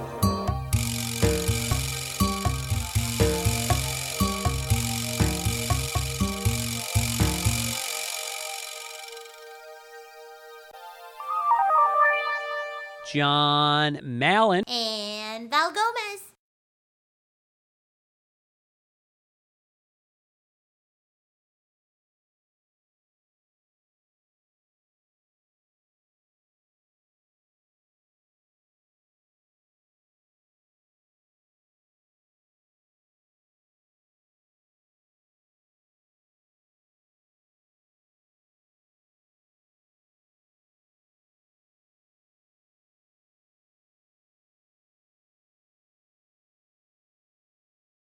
John Mallon, And Val Gomez.